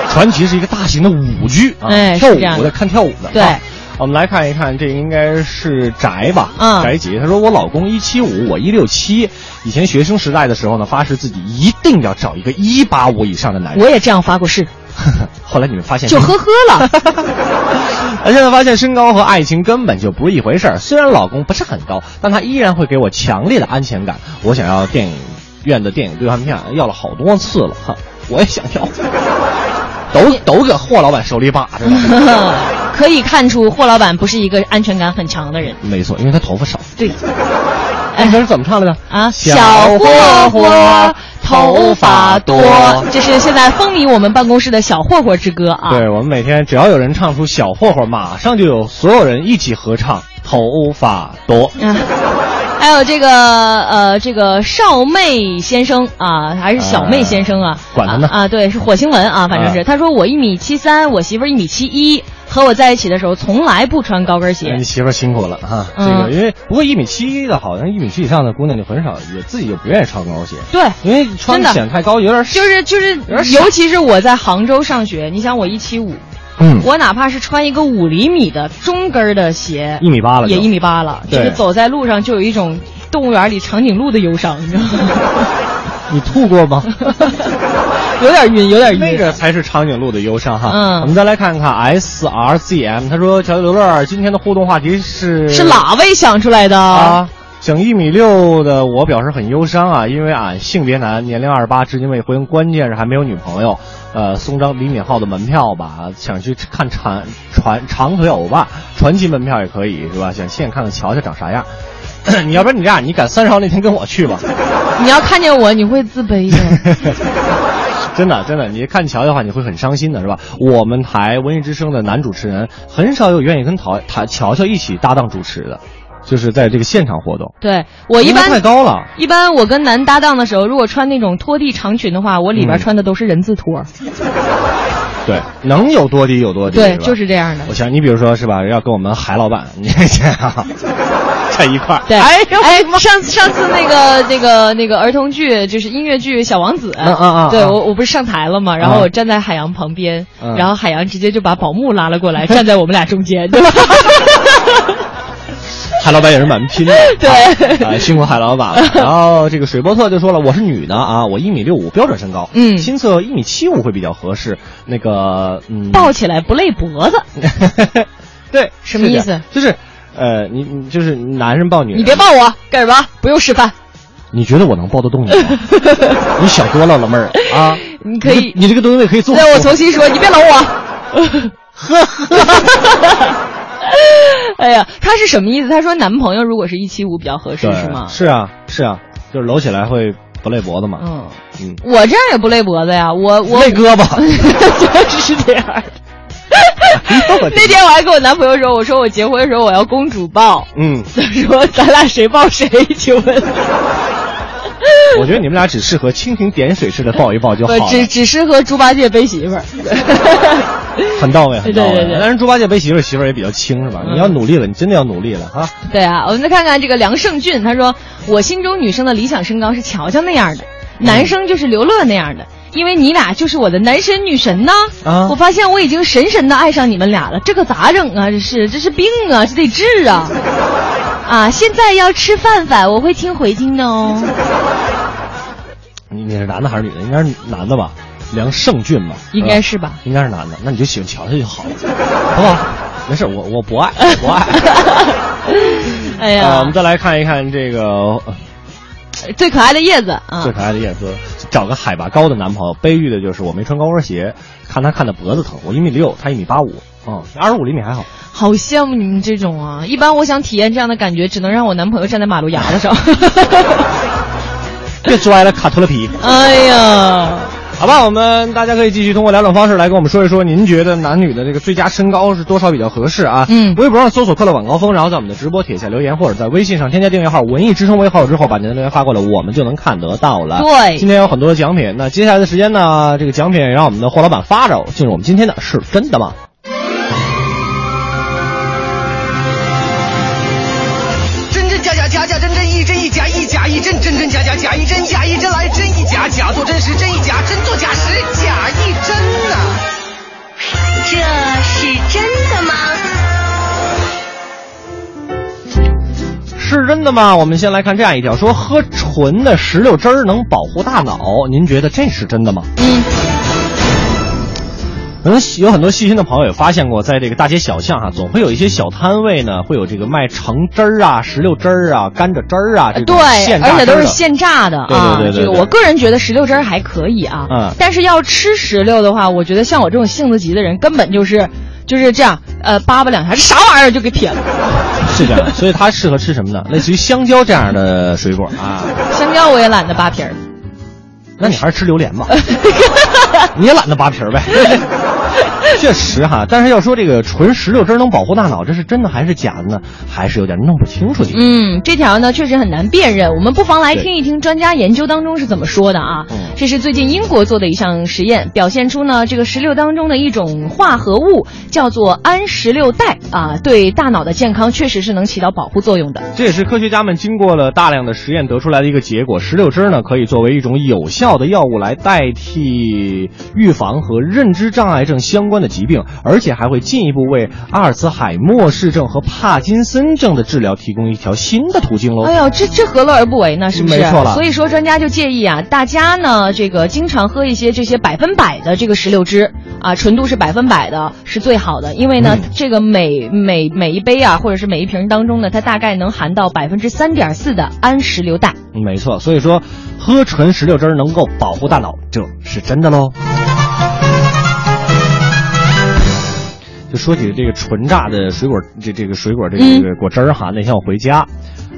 E: 传奇是一个大型的舞剧啊，
D: 哎
E: 跳
D: 是这样
E: 舞的
D: 的
E: 看跳舞的。
D: 对
E: 啊我们来看一看，这应该是翟吧？
D: 嗯
E: 翟姐，她说我老公一七五，我一六七。以前学生时代的时候呢，发誓自己一定要找一个一八五以上的男人。
D: 我也这样发过誓，
E: 后来你们发现
D: 就呵呵了。
E: 而现在发现身高和爱情根本就不是一回事儿。虽然老公不是很高，但他依然会给我强烈的安全感。我想要电影院的电影兑换票，要了好多次了，哈，我也想要。都都搁霍老板手里把着呢。
D: 可以看出霍老板不是一个安全感很强的人。
E: 没错，因为他头发少。
D: 对，
E: 哎，你是怎么唱来着？
D: 啊，
E: 小
D: 霍
E: 霍
D: 霍头发多
E: 多，
D: 这是现在风靡我们办公室的小霍霍之歌啊。
E: 对我们每天只要有人唱出小霍霍，马上就有所有人一起合唱《
I: 头发多。
D: 嗯还有这个呃，这个少妹先生啊，还是小妹先生啊？
I: 管他呢
D: 啊！对，是火星文啊，反正是。
I: 啊
D: 他说我一米七三，我媳妇儿一米七一，和我在一起的时候从来不穿高跟
E: 哎
D: 鞋
E: 你。媳妇儿辛苦了哈、这
D: 嗯
E: 个因为不过一米七的，好像一米七以上的姑娘就很少，也自己就不愿意穿高跟鞋。
D: 对，
E: 因为穿
D: 真的
E: 显得太高，有点
D: 就是就是
E: 点，傻
D: 尤其是我在杭州上学，你想我一七五，
E: 嗯
D: 我哪怕是穿一个五厘米的中跟儿的鞋，
E: 一米八了就
D: 也一米八了，
E: 对
D: 就是走在路上就有一种动物园里长颈鹿的忧伤，你知道 吗？
E: 你吐过 吗？
D: 有点晕，有点晕。
E: 那个才是长颈鹿的忧伤哈。
D: 嗯
E: 我们再来看看 S R Z M，他说：“乔乔刘乐儿，今天的互动话题是
D: 是哪位想出来的？
E: 啊，整一米六的我表示很忧伤啊，因为俺性别男，年龄二十八，至今未婚，关键是还没有女朋友。呃，送张李敏镐的门票吧，想去看长传长腿欧巴，传奇门票也可以是吧？想亲眼看看乔乔长啥样。 你要不然你这样，你赶三十号那天跟我去吧。
D: 你要看见我，你会自卑的。
E: 真的，真的，你看乔的话，你会很伤心的，是吧？我们台《文艺之声》的男主持人很少有愿意跟陶他乔乔一起搭档主持的，就是在这个现场活动。
D: 对我一般
E: 因为太高了，
D: 一般我跟男搭档的时候，如果穿那种拖地长裙的话，我里边
E: 嗯
D: 穿的都是人字拖。
E: 对，能有多低有多低，
D: 对，
E: 吧
D: 就是这样的。
E: 我想你比如说是吧，要跟我们海老板，你这 样在一块儿，
D: 对，哎哎，上次上次那个那个那个儿童剧就是音乐剧《小王子》，
E: 嗯嗯嗯
D: 对
E: 嗯
D: 我我不是上台了嘛，然后我站在海洋旁边，
E: 嗯
D: 然后海洋直接就把宝木拉了过 来，站在我们俩中间，对吧？
E: 海老板也是蛮拼的，
D: 对
E: 啊，辛苦海老 板了。然后这个水波特就说了，我是女的啊，我一米六五标准身高，
D: 嗯
E: 亲测一米七五会比较合适。那个，嗯，
D: 抱起来不累脖子，
E: 对，
D: 什么
E: 是这
D: 意
E: 样
D: 思？
E: 就是，呃，你你就是男人抱女人，
D: 你别抱我干什么？不用示范，
E: 你觉得我能抱得动 你吗？你想多了，老妹儿啊！
D: 你可以
E: 你这，你这个东西可以做。
D: 对我重新说，你别搂我。 哎呀，他是什么意思？他说男朋友如果是一七五比较合适
E: 对
D: 是吗？
E: 是啊，是啊，就是搂起来会不累脖子嘛。
D: 嗯
E: 嗯，
D: 我这样也不累脖子呀，我我
E: 累胳膊 哎
D: 就是这样的。那天我还跟我男朋友说，我说我结婚的时候我要公主抱，
E: 嗯，
D: 他说咱俩谁抱谁，请问？
E: 我觉得你们俩只适合蜻蜓点水似的抱一抱就好
D: 不，只
E: 了，
D: 只适合猪八戒背媳妇儿。
E: 很到位，很到位。
D: 对对嗯对
E: 但是猪八戒背媳妇儿，媳妇儿也比较轻是吧？你要努力了，你真的要努力了啊！
D: 对啊，我们再看看这个梁胜俊，他说我心中女生的理想身高是乔乔那样的，男生就是刘乐那样的，因为你俩就是我的男神女神呢。
E: 啊
D: 我发现我已经深深的爱上你们俩了，这可咋整啊？这是这是病啊，这得治啊！啊，现在要吃饭饭，我会听回听的哦。
E: 你你是男的还是女的？应该是男的吧？梁胜俊吧？
D: 应该是吧
E: 吧？应该是男的，那你就喜欢乔乔就好了，好不好？没事，我我不爱，我 不爱。
D: 哎
E: 啊，我
D: 呀
E: 们，再来看一看这个呃
D: 最可爱的叶子啊
E: 最，可爱的叶子，找个海拔高的男朋友。悲剧的就是我没穿高跟鞋，看他看的脖子疼。我一米六，他一米八五，
D: 哦
E: 嗯，二十五厘米还好。
D: 好羡慕你们这种啊！一般我想体验这样的感觉，只能让我男朋友站在马路牙子上。
E: 别拽了，卡秃了皮。
D: 哎呀，
E: 好吧，我们大家可以继续通过两种方式来跟我们说一说，您觉得男女的这个最佳身高是多少比较合适啊？
D: 嗯
E: 微博上搜索“快乐晚高峰”，然后在我们的直播帖下留言，或者在微信上添加订阅号“文艺之声”为好友之后，把您的留言发过来，我们就能看得到了。
D: 对
E: 今天有很多的奖品，那接下来的时间呢，这个奖品也让我们的霍老板发着，进入我们今天的是真的吗？
B: 真真假假，假假真真，一真一假，一假一真，真真假假，假一真，假一真来，真一假，假做真实，真一假，真做假实，假一真呐、
A: 这是真的吗？
E: 是真的吗？我们先来看这样一条，说喝纯的石榴汁儿能保护大脑，您觉得这是真的吗？
D: 嗯。
E: 可能有很多细心的朋友也发现过，在这个大街小巷哈、总会有一些小摊位呢，会有这个卖橙汁儿啊、石榴汁儿啊、甘蔗汁儿啊，这种
D: 对
E: 现榨，汁
D: 而
E: 儿的
D: 且都是现榨的啊。
E: 对对对对
D: 这个
E: 对
D: 我个人觉得石榴汁儿还可以啊，
E: 嗯
D: 但是要吃石榴的话，我觉得像我这种性子急的人，根本就是就是这样，呃，叭叭两下，这啥玩意儿就给撇了。
E: 是这 样的，所以它适合吃什么呢？类似于香蕉这样的水果啊。
D: 香蕉我也懒得扒皮儿，
E: 那你还是吃榴莲吧，你也懒得扒皮儿呗。确实哈，但是要说这个纯石榴汁能保护大脑，这是真的还是假的呢？还是有点弄不清楚的。
D: 嗯，这条呢确实很难辨认，我们不妨来听一听专家研究当中是怎么说的
E: 嗯
D: 啊。这是最近英国做的一项实验，表现出呢这个石榴当中的一种化合物叫做氨石榴带啊，对大脑的健康确实是能起到保护作用的。
E: 这也是科学家们经过了大量的实验得出来的一个结果。石榴汁呢，可以作为一种有效的药物来代替预防和认知障碍症相关的疾病，而且还会进一步为阿尔茨海默氏症和帕金森症的治疗提供一条新的途径喽。
D: 哎呦，这这何乐而不为呢？是不是？
E: 哦没错了
D: 所以说，专家就建议啊，大家呢，这个经常喝一些这些百分百的这个石榴汁啊，纯度是百分百的，是最好的。因为呢，
E: 嗯
D: 这个每每每一杯啊，或者是每一瓶当中呢，它大概能含到百分之三点四的氨石榴带。
E: 嗯没错，所以说喝纯石榴汁儿能够保护大脑，这是真的喽。就说起这个纯榨的水果，这这个水果这个
D: 嗯
E: 这个果汁儿哈，那天我回家，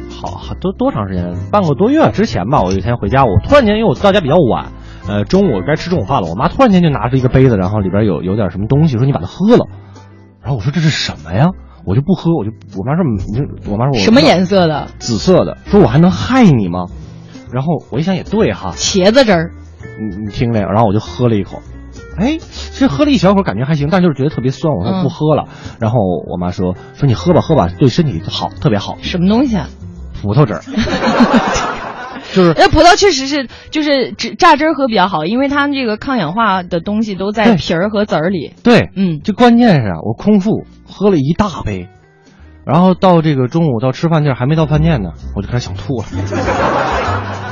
E: 好好多多长时间，半个多月之前吧，我有一天回家，我突然间因为我到家比较晚，呃，中午该吃中午饭了，我妈突然间就拿出一个杯子，然后里边有有点什么东西，说你把它喝了，然后我说这是什么呀？我就不喝，我就我妈说你就我妈说我
D: 什么颜色的？
E: 紫色的，说我还能害你吗？然后我一想也对哈，
D: 茄子汁儿，
E: 你你听这个，然后我就喝了一口，哎，其实喝了一小会儿感觉还行，但就是觉得特别酸，我
D: 嗯
E: 说不喝了。然后我妈说说你喝吧喝吧，对身体好，特别好。
D: 什么东西啊？
E: 葡萄 汁儿，就是
D: 呃那葡萄确实是，就是只榨汁儿喝比较好，因为它这个抗氧化的东西都
E: 哎
D: 在皮儿和籽儿里。
E: 对，
D: 嗯，
E: 这关键是啊，我空腹喝了一大杯，然后到这个中午到吃饭地儿还没到饭店呢，我就开始想吐了。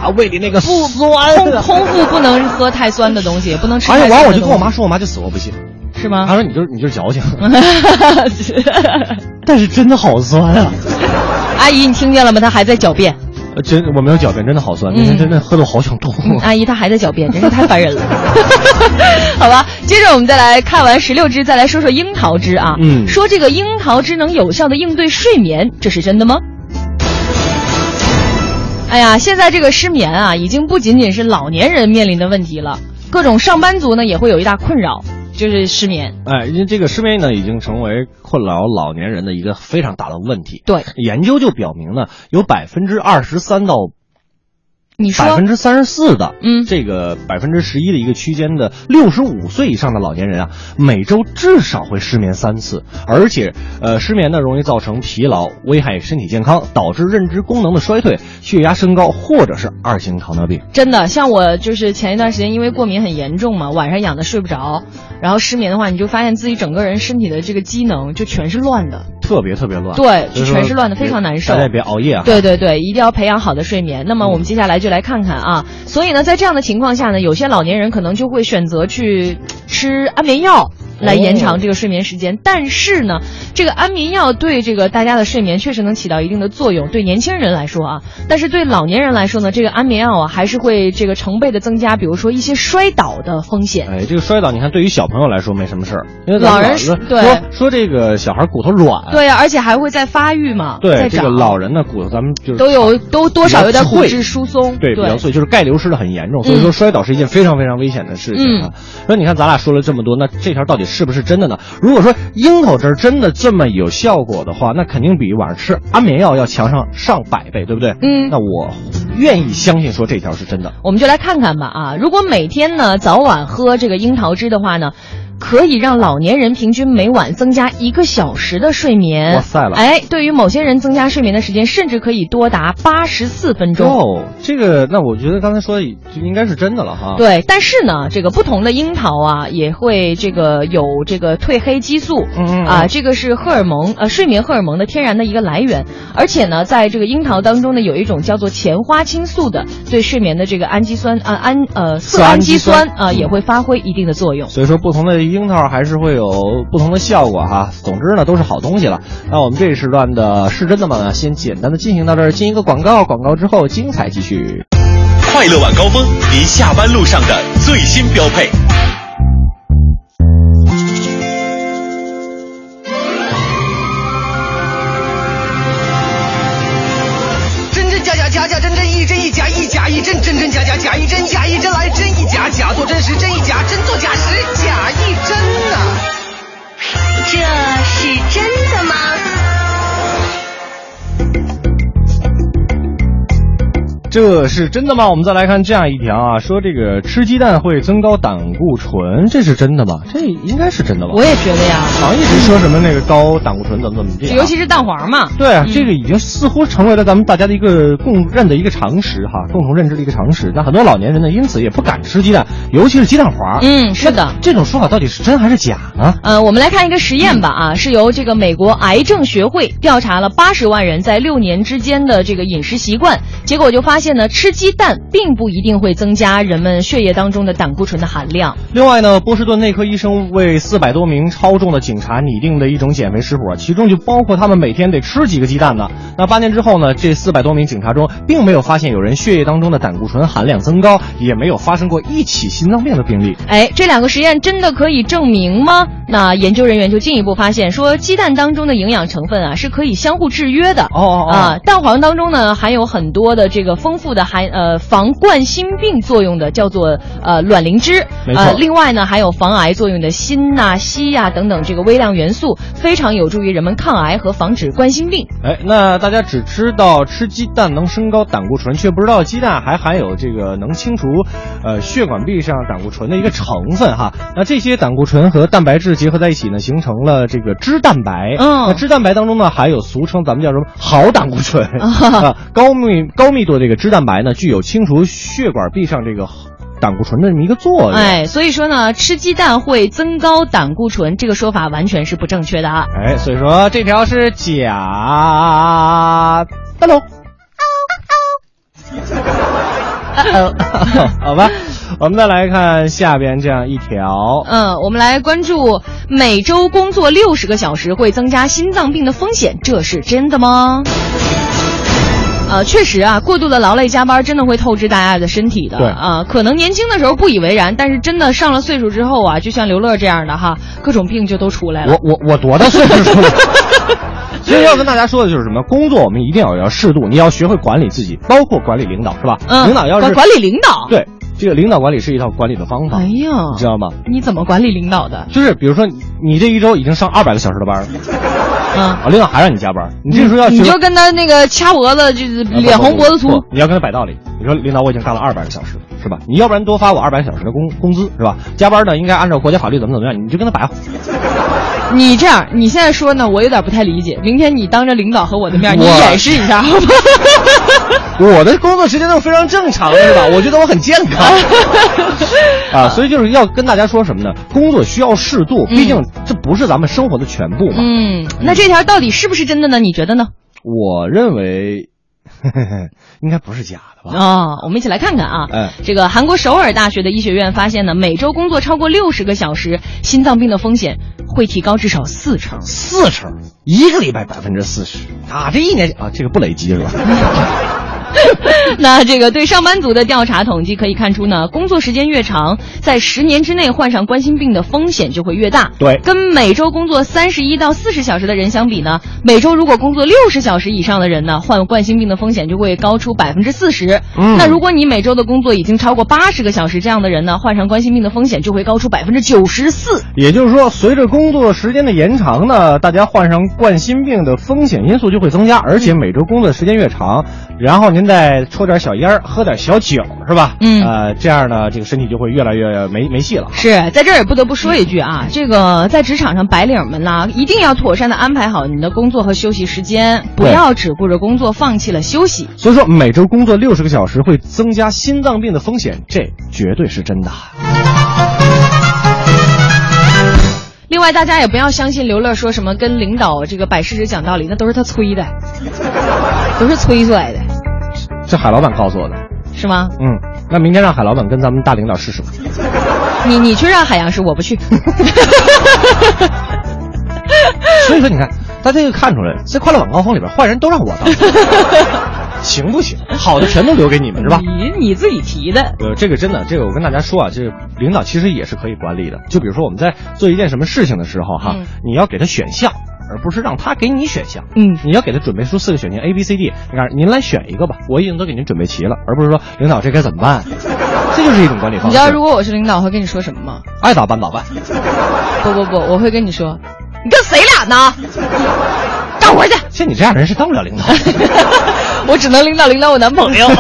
E: 啊，胃里那个
D: 不
E: 酸
D: 空空腹不能喝太酸的东西，也不能吃
E: 而
D: 太
E: 且
D: 酸的
E: 哎
D: 东
E: 完
D: 西。
E: 我就跟我妈说，我妈就死活不信，
D: 是吗？
E: 她说你就是你就是矫情， 但是真的好酸啊！
D: 阿姨，你听见了吗？她还在狡辩。
E: 呃真我没有狡辩，真的好酸，
D: 嗯
E: 那天真的喝的好想吐。
D: 嗯阿姨她还在狡辩，真是太烦人了。 好吧，接着我们再来看完石榴汁，再来说说樱桃汁啊。
E: 嗯
D: 说这个樱桃汁能有效的应对睡眠，这是真的吗？哎呀，现在这个失眠啊，已经不仅仅是老年人面临的问题了，各种上班族呢也会有一大困扰，就是失眠。
E: 哎，因为这个失眠呢，已经成为困扰老年人的一个非常大的问题。
D: 对，
E: 研究就表明呢，有百分之二十三到
D: 你
E: 百分之三十四的，嗯，这个百分之十一的一个区间的六十五岁以上的老年人啊，每周至少会失眠三次，而且呃，失眠呢容易造成疲劳，危害身体健康，导致认知功能的衰退、血压升高或者是二型糖尿病。
D: 真的，像我就是前一段时间因为过敏很严重嘛，晚上痒的睡不着，然后失眠的话，你就发现自己整个人身体的这个机能就全是乱的。
E: 特别特别乱，
D: 对
E: 所以
D: 就
E: 说
D: 全是乱的非常难受
E: 大家也别熬夜啊。嗯
D: 对对对，一定要培养好的睡眠。那么我们接下来就来看看啊，所以呢，在这样的情况下呢，有些老年人可能就会选择去吃安眠药
E: 哦
D: 来延长这个睡眠时间。但是呢，这个安眠药对这个大家的睡眠确实能起到一定的作用，对年轻人来说啊，但是对老年人来说呢，这个安眠药啊还是会这个成倍的增加，比如说一些摔倒的风险。
E: 哎，这个摔倒，你看对于小朋友来说没什么事儿，因为咱
D: 老
E: 们
D: 人
E: 说
D: 是对
E: 说说这个小孩骨头软，
D: 对呀、啊而且还会在发育嘛，
E: 对
D: 在
E: 这个
D: 长
E: 老人的骨头咱们就是
D: 都有都多少有点骨
E: 比较
D: 质
E: 脆
D: 疏松，
E: 对，比较脆，就是钙流失的很严重，所以
D: 嗯
E: 说摔倒是一件非常非常危险的事情
D: 嗯
E: 啊。那、你看咱俩说了这么多，那这条到底是不是真的呢？如果说樱桃汁儿真的这么有效果的话，那肯定比晚上吃安眠药要强上上百倍，对不对？
D: 嗯
E: 那我愿意相信说这条是真的。
D: 我们就来看看吧啊，如果每天呢早晚喝这个樱桃汁的话呢，可以让老年人平均每晚增加一个小时的睡眠。
E: 哇塞了
D: 哎，对于某些人增加睡眠的时间，甚至可以多达八十四分钟。
E: 哦，这个那我觉得刚才说的就应该是真的了哈。
D: 对，但是呢，
E: 嗯
D: 这个不同的樱桃啊，也会这个有这个褪黑激素，
E: 嗯
D: 啊，这个是荷尔蒙，呃，睡眠荷尔蒙的天然的一个来源。而且呢，在这个樱桃当中呢，有一种叫做前花青素的，对睡眠的这个氨基酸啊氨呃色
E: 色氨
D: 氨基
E: 基
D: 酸
E: 酸嗯
D: 啊、也会发挥一定的作用。
E: 所以说，不同的樱桃还是会有不同的效果哈。总之呢，都是好东西了。那我们这一时段的是真的吗呢？先简单的进行到这儿，进一个广告，广告之后精彩继续。
C: 快乐晚高峰，您下班路上的最新标配。
B: 真真假假，假假真真，一真一假，一假一真，真真假假，假一真，假一真来，真一假，假作真实，真一假，真作假时，假一真呐、
E: 这是真的吗？我们再来看这样一条啊，说这个吃鸡蛋会增高胆固醇，这是真的吧？这应该是真的吧？
D: 我也觉得呀，
E: 好像一直说什么那个高胆固醇怎么怎么地啊，
D: 尤其是蛋黄嘛。嗯
E: 对啊，这个已经似乎成为了咱们大家的一个共认的一个常识哈，
D: 嗯
E: 共同认知的一个常识。那很多老年人呢，因此也不敢吃鸡蛋，尤其是鸡蛋黄。
D: 嗯，是的。
E: 这种说法到底是真还是假呢？
D: 呃，我们来看一个实验吧啊，是由这个美国癌症学会调查了八十万人在六年之间的这个饮食习惯，结果就发现呢，吃鸡蛋并不一定会增加人们血液当中的胆固醇的含量。
E: 另外呢，波士顿内科医生为四百多名超重的警察拟定的一种减肥食谱，啊其中就包括他们每天得吃几个鸡蛋呢。那八年之后呢，这四百多名警察中，并没有发现有人血液当中的胆固醇含量增高，也没有发生过一起心脏病的病例。
D: 哎，这两个实验真的可以证明吗？那研究人员就进一步发现说，鸡蛋当中的营养成分啊是可以相互制约的。
E: 哦
D: 哦啊，蛋黄当中呢含有很多的这个丰富的含呃防冠心病作用的叫做呃卵磷脂，
A: 没错
D: 呃，另外呢还有防癌作用的锌呐、硒呀、等等这个微量元素，非常有助于人们抗癌和防止冠心病。
E: 哎，那大家只知道吃鸡蛋能升高胆固醇，却不知道鸡蛋还含有这个能清除，呃，血管壁上胆固醇的一个成分哈。那这些胆固醇和蛋白质结合在一起呢，形成了这个脂蛋白。嗯，那脂蛋白当中呢，含有俗称咱们叫什么好胆固醇 啊，高密高密度的这个脂蛋白呢，具有清除血管壁上这个胆固醇的这么一个作用。
D: 哎，所以说呢，吃鸡蛋会增高胆固醇这个说法完全是不正确的 啊。
E: 哎，所以说这条是假的喽。呃 好吧，我们再来看下边这样一条。
D: 嗯，我们来关注每周工作六十个小时会增加心脏病的风险，这是真的吗？呃，确实啊，过度的劳累加班真的会透支大家的身体的。
A: 对
D: 啊，可能年轻的时候不以为然，但是真的上了岁数之后啊，就像刘乐这样的哈，各种病就都出来了。
E: 我我我多大岁 数了？所以要跟大家说的就是什么？工作我们一定要要适度，你要学会管理自己，包括管理领导，是吧？
D: 嗯
E: 领导要是
D: 管管理领导
E: 对这个领导管理是一套管理的方法。
D: 哎呀，
E: 你知道吗？
D: 你怎么管理领导的？
E: 就是比如说你你这一周已经上二百个小时的班了，
D: 啊，
E: 领导还让你加班，你这时候要学
D: 你
E: 会
D: 就跟他那个掐脖子，就是
E: 啊不
D: 脸红脖子
E: 不
D: 粗
E: 不。你要跟他摆道理，你说领导我已经干了二百个小时了，是吧？你要不然多发我二百小时的工工资，是吧？加班呢应该按照国家法律怎么怎么样，你就跟他摆好。
D: 你这样，你现在说呢，我有点不太理解。明天你当着领导和我的面，哎你
E: 我
D: 演示一下，好不好？
E: 我的工作时间都是非常正常的，是吧？我觉得我很健 康啊，所以就是要跟大家说什么呢？工作需要适度，毕竟这不是咱们生活的全部嘛。
D: 嗯，那这条到底是不是真的呢？你觉得呢？
E: 我认为 应该不是假的吧？
D: 啊、我们一起来看看啊。
E: 哎
D: 这个韩国首尔大学的医学院发现呢，每周工作超过六十个小时，心脏病的风险会提高至少四成。
E: 四成，一个礼拜百分之四十啊，这一年啊，这个不累积是吧？
D: 那这个对上班族的调查统计可以看出呢，工作时间越长，在十年之内患上冠心病的风险就会越大。
E: 对
D: 跟每周工作三十一到四十小时的人相比呢，每周如果工作六十小时以上的人呢，患冠心病的风险就会高出百分之四十。
A: 嗯
D: 那如果你每周的工作已经超过八十个小时，这样的人呢，患上冠心病的风险就会高出百分之九十四。
E: 也就是说，随着工作时间的延长呢，大家患上冠心病的风险因素就会增加，而
D: 嗯
E: 且每周工作时间越长，然后您再抽点小烟儿，喝点小酒，是吧？
D: 嗯
E: 呃，这样呢，这个身体就会越来越没没戏了。
D: 是在这儿也不得不说一句啊，这个在职场上白领们啦，一定要妥善的安排好你的工作和休息时间，不
E: 对
D: 要只顾着工作放弃了休息。
E: 所以说，每周工作六十个小时会增加心脏病的风险，这绝对是真的。
D: 另外，大家也不要相信刘乐说什么跟领导这个摆事实讲道理，那都是他催的，都是催出来的，
E: 这海老板告诉我的。
D: 是吗？
E: 嗯，那明天让海老板跟咱们大领导试试吧。
D: 你你去让海洋试，我不去。
E: 所以说，你看，大家就看出来了，在《快乐晚高峰》里边，坏人都让我 当，行不行？好的全都留给你们是吧？
D: 你你自己提的。
E: 呃，这个真的，这个我跟大家说啊，这个领导其实也是可以管理的。就比如说我们在做一件什么事情的时候哈，
D: 嗯
E: 你要给他选项，而不是让他给你选项。
D: 嗯，
E: 你要给他准备出四个选项 A、B、C、D，你看您来选一个吧，我已经都给您准备齐了，而不是说领导这该怎么办？这就是一种管理
D: 你
E: 方
D: 知
E: 式。
D: 道如果我是领导，我会跟你说什么吗？
E: 爱咋办咋办。
D: 不不不，我会跟你说，你跟谁俩呢？干活去。
E: 像你这样的人是当不了领导的。
D: 我只能领导领导我男朋友。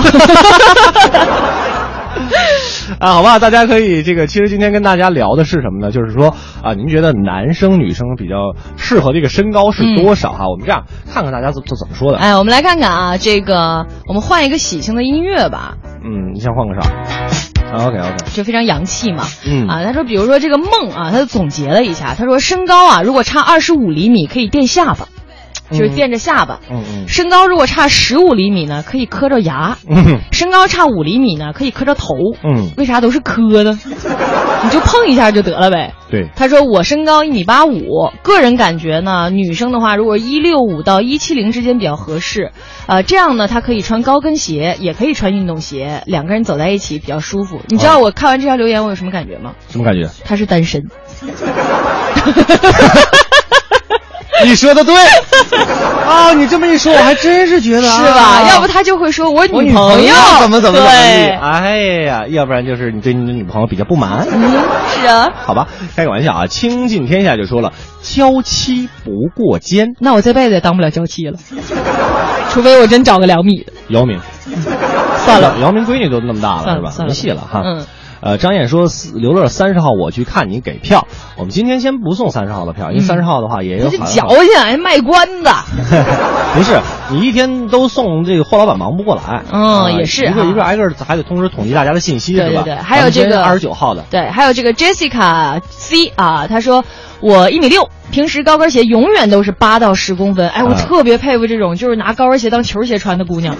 E: 啊，好吧，大家可以这个，其实今天跟大家聊的是什么呢？就是说啊，您觉得男生女生比较适合这个身高是多少哈、我们这样看看大家怎怎怎么说的。
D: 嗯哎，我们来看看啊，这个我们换一个喜庆的音乐吧，
E: 嗯，你想换个啥？OK OK，
D: 就非常洋气嘛。
E: 嗯
D: 啊，他说，比如说这个梦啊，他就总结了一下，他说身高啊，如果差二十五厘米可以垫下巴，就是
E: 嗯
D: 垫着下巴；
E: 嗯嗯
D: 身高如果差十五厘米呢，可以磕着牙；
E: 嗯
D: 身高差五厘米呢，可以磕着头。
E: 嗯，
D: 为啥都是磕呢？你就碰一下就得了呗。
E: 对，
D: 他说我身高一米八五，个人感觉呢，女生的话如果一六五到一七零之间比较合适，呃，这样呢，她可以穿高跟鞋，也可以穿运动鞋，两个人走在一起比较舒服。你知道我看完这条留言我有什么感觉吗？
E: 什么感觉？
D: 他是单身，
E: 你说的对，啊，你这么一说，我还真是觉得啊
D: 是吧？要不他就会说我
E: 我
D: 女
E: 朋
D: 友
E: 怎么怎么怎么地，
D: 对，
E: 哎呀，要不然就是你对你的女朋友比较不满。
D: 是啊。
E: 好吧，开个玩笑啊！倾尽天下就说了，娇妻不过肩。
D: 那我这辈子也当不了娇 妻了，除非我真找个两米的。
E: 姚明，
D: 算了
E: 姚姚明闺女都那么大
D: 算
E: 了
D: 了
E: 是吧？
D: 算了
E: 没戏了哈。
D: 嗯。
E: 呃，张燕说四刘乐三十号我去看你给票，我们今天先不送三十号的票，因为
D: 嗯
E: 三十号的话也有
D: 他就
E: 好像
D: 矫情，还卖关子。
E: 不是你一天都送这个霍老板忙不过来，
D: 嗯
E: 啊
D: 也是
E: 一个
D: 哈
E: 一个挨个儿还得同时统计大家的信息
D: 对
E: 是吧？
D: 对对，还有这个
E: 二十九号的，
D: 对，还有这个 Jessica C 啊，她说我一米六，平时高跟鞋永远都是八到十公分。哎，我
E: 嗯
D: 特别佩服这种就是拿高跟鞋当球鞋穿的姑娘，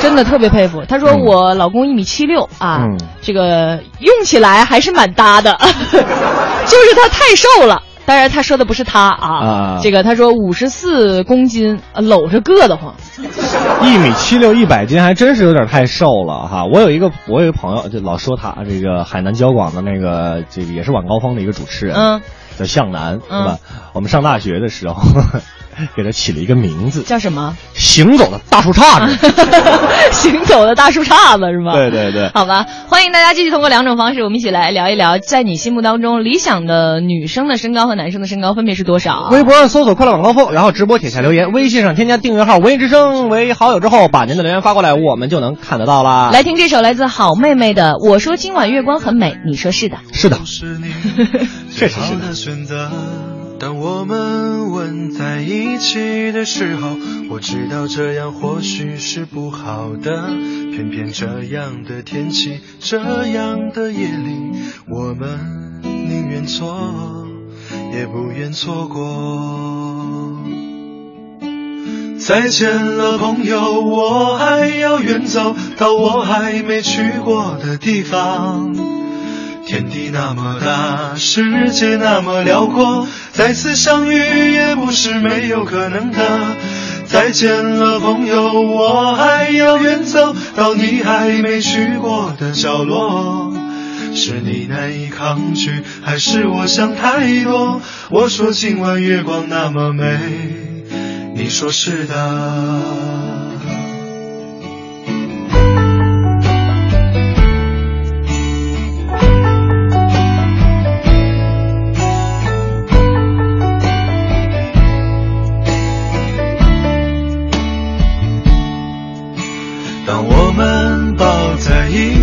D: 真的特别佩服。她说我老公一米七六啊，
E: 嗯
D: 这个用起来还是蛮搭的， 就是他太瘦了。当然，他说的不是他啊，
E: 啊
D: 这个他说五十四公斤，呃搂着硌得慌。
E: 一米七六一百斤还真是有点太瘦了哈。我有一个我有一个朋友就老说他这个海南交广的那个这个也是晚高峰的一个主持人，
D: 嗯，
E: 叫向南是
D: 嗯？
E: 吧我们上大学的时候 给他起了一个名字，
D: 叫什么？
E: 行走的大树杈子。
D: 行走的大树杈子是吗？
E: 对对对，
D: 好吧，欢迎大家继续通过两种方式，我们一起来聊一聊，在你心目当中理想的女生的身高和男生的身高分别是多少？
E: 微博上搜索“快乐晚高峰”，然后直播帖下留言，微信上添加订阅号“文艺之声”为好友之后，把您的留言发过来，我们就能看得到
L: 啊
E: 啦。
D: 来听这首来自好妹妹的《我说今晚月光很美》，你说是的，
E: 是的，
L: 确实是的选择。当我们吻在一起的时候，我知道这样或许是不好的，偏偏这样的天气，这样的夜里，我们宁愿错，也不愿错过。再见了，朋友，我还要远走到我还没去过的地方。天地那么大，世界那么辽阔，再次相遇也不是没有可能的。再见了，朋友，我还要远走到你还没去过的角落。是你难以抗拒，还是我想太多？我说今晚月光那么美，你说是的。当我们抱在一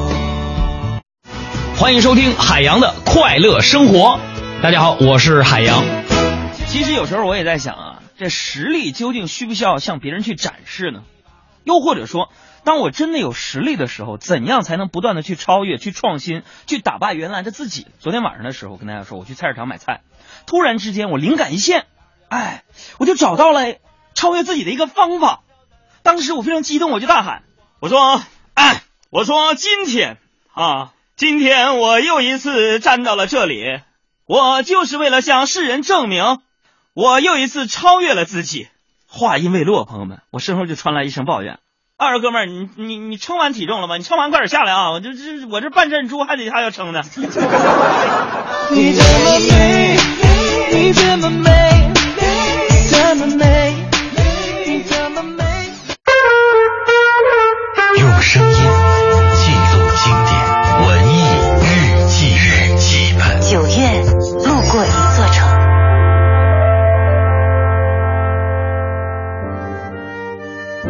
I: 欢迎收听海洋的快乐生活。大家好，我是海洋。
J: 其实有时候我也在想啊，这实力究竟需不需要向别人去展示呢？又或者说，当我真的有实力的时候，怎样才能不断的去超越、去创新、去打败原来的自己？昨天晚上的时候，跟大家说，我去菜市场买菜，突然之间我灵感一现，哎，我就找到了超越自己的一个方法。当时我非常激动，我就大喊：“我说，哎，我说今天啊，今天我又一次站到了这里，我就是为了向世人证明，我又一次超越了自己。”话音未落，朋友们，我身后就传来一声抱怨：“
M: 二哥们儿，你你你称完体重了吗？你称完快点下来啊！我这这我这半阵猪还得还要称呢。
A: 你这么美，你这么美，你这么美，你这么美。
C: 用声音记录经典，文艺日记日记本。
A: 九月路过一座城，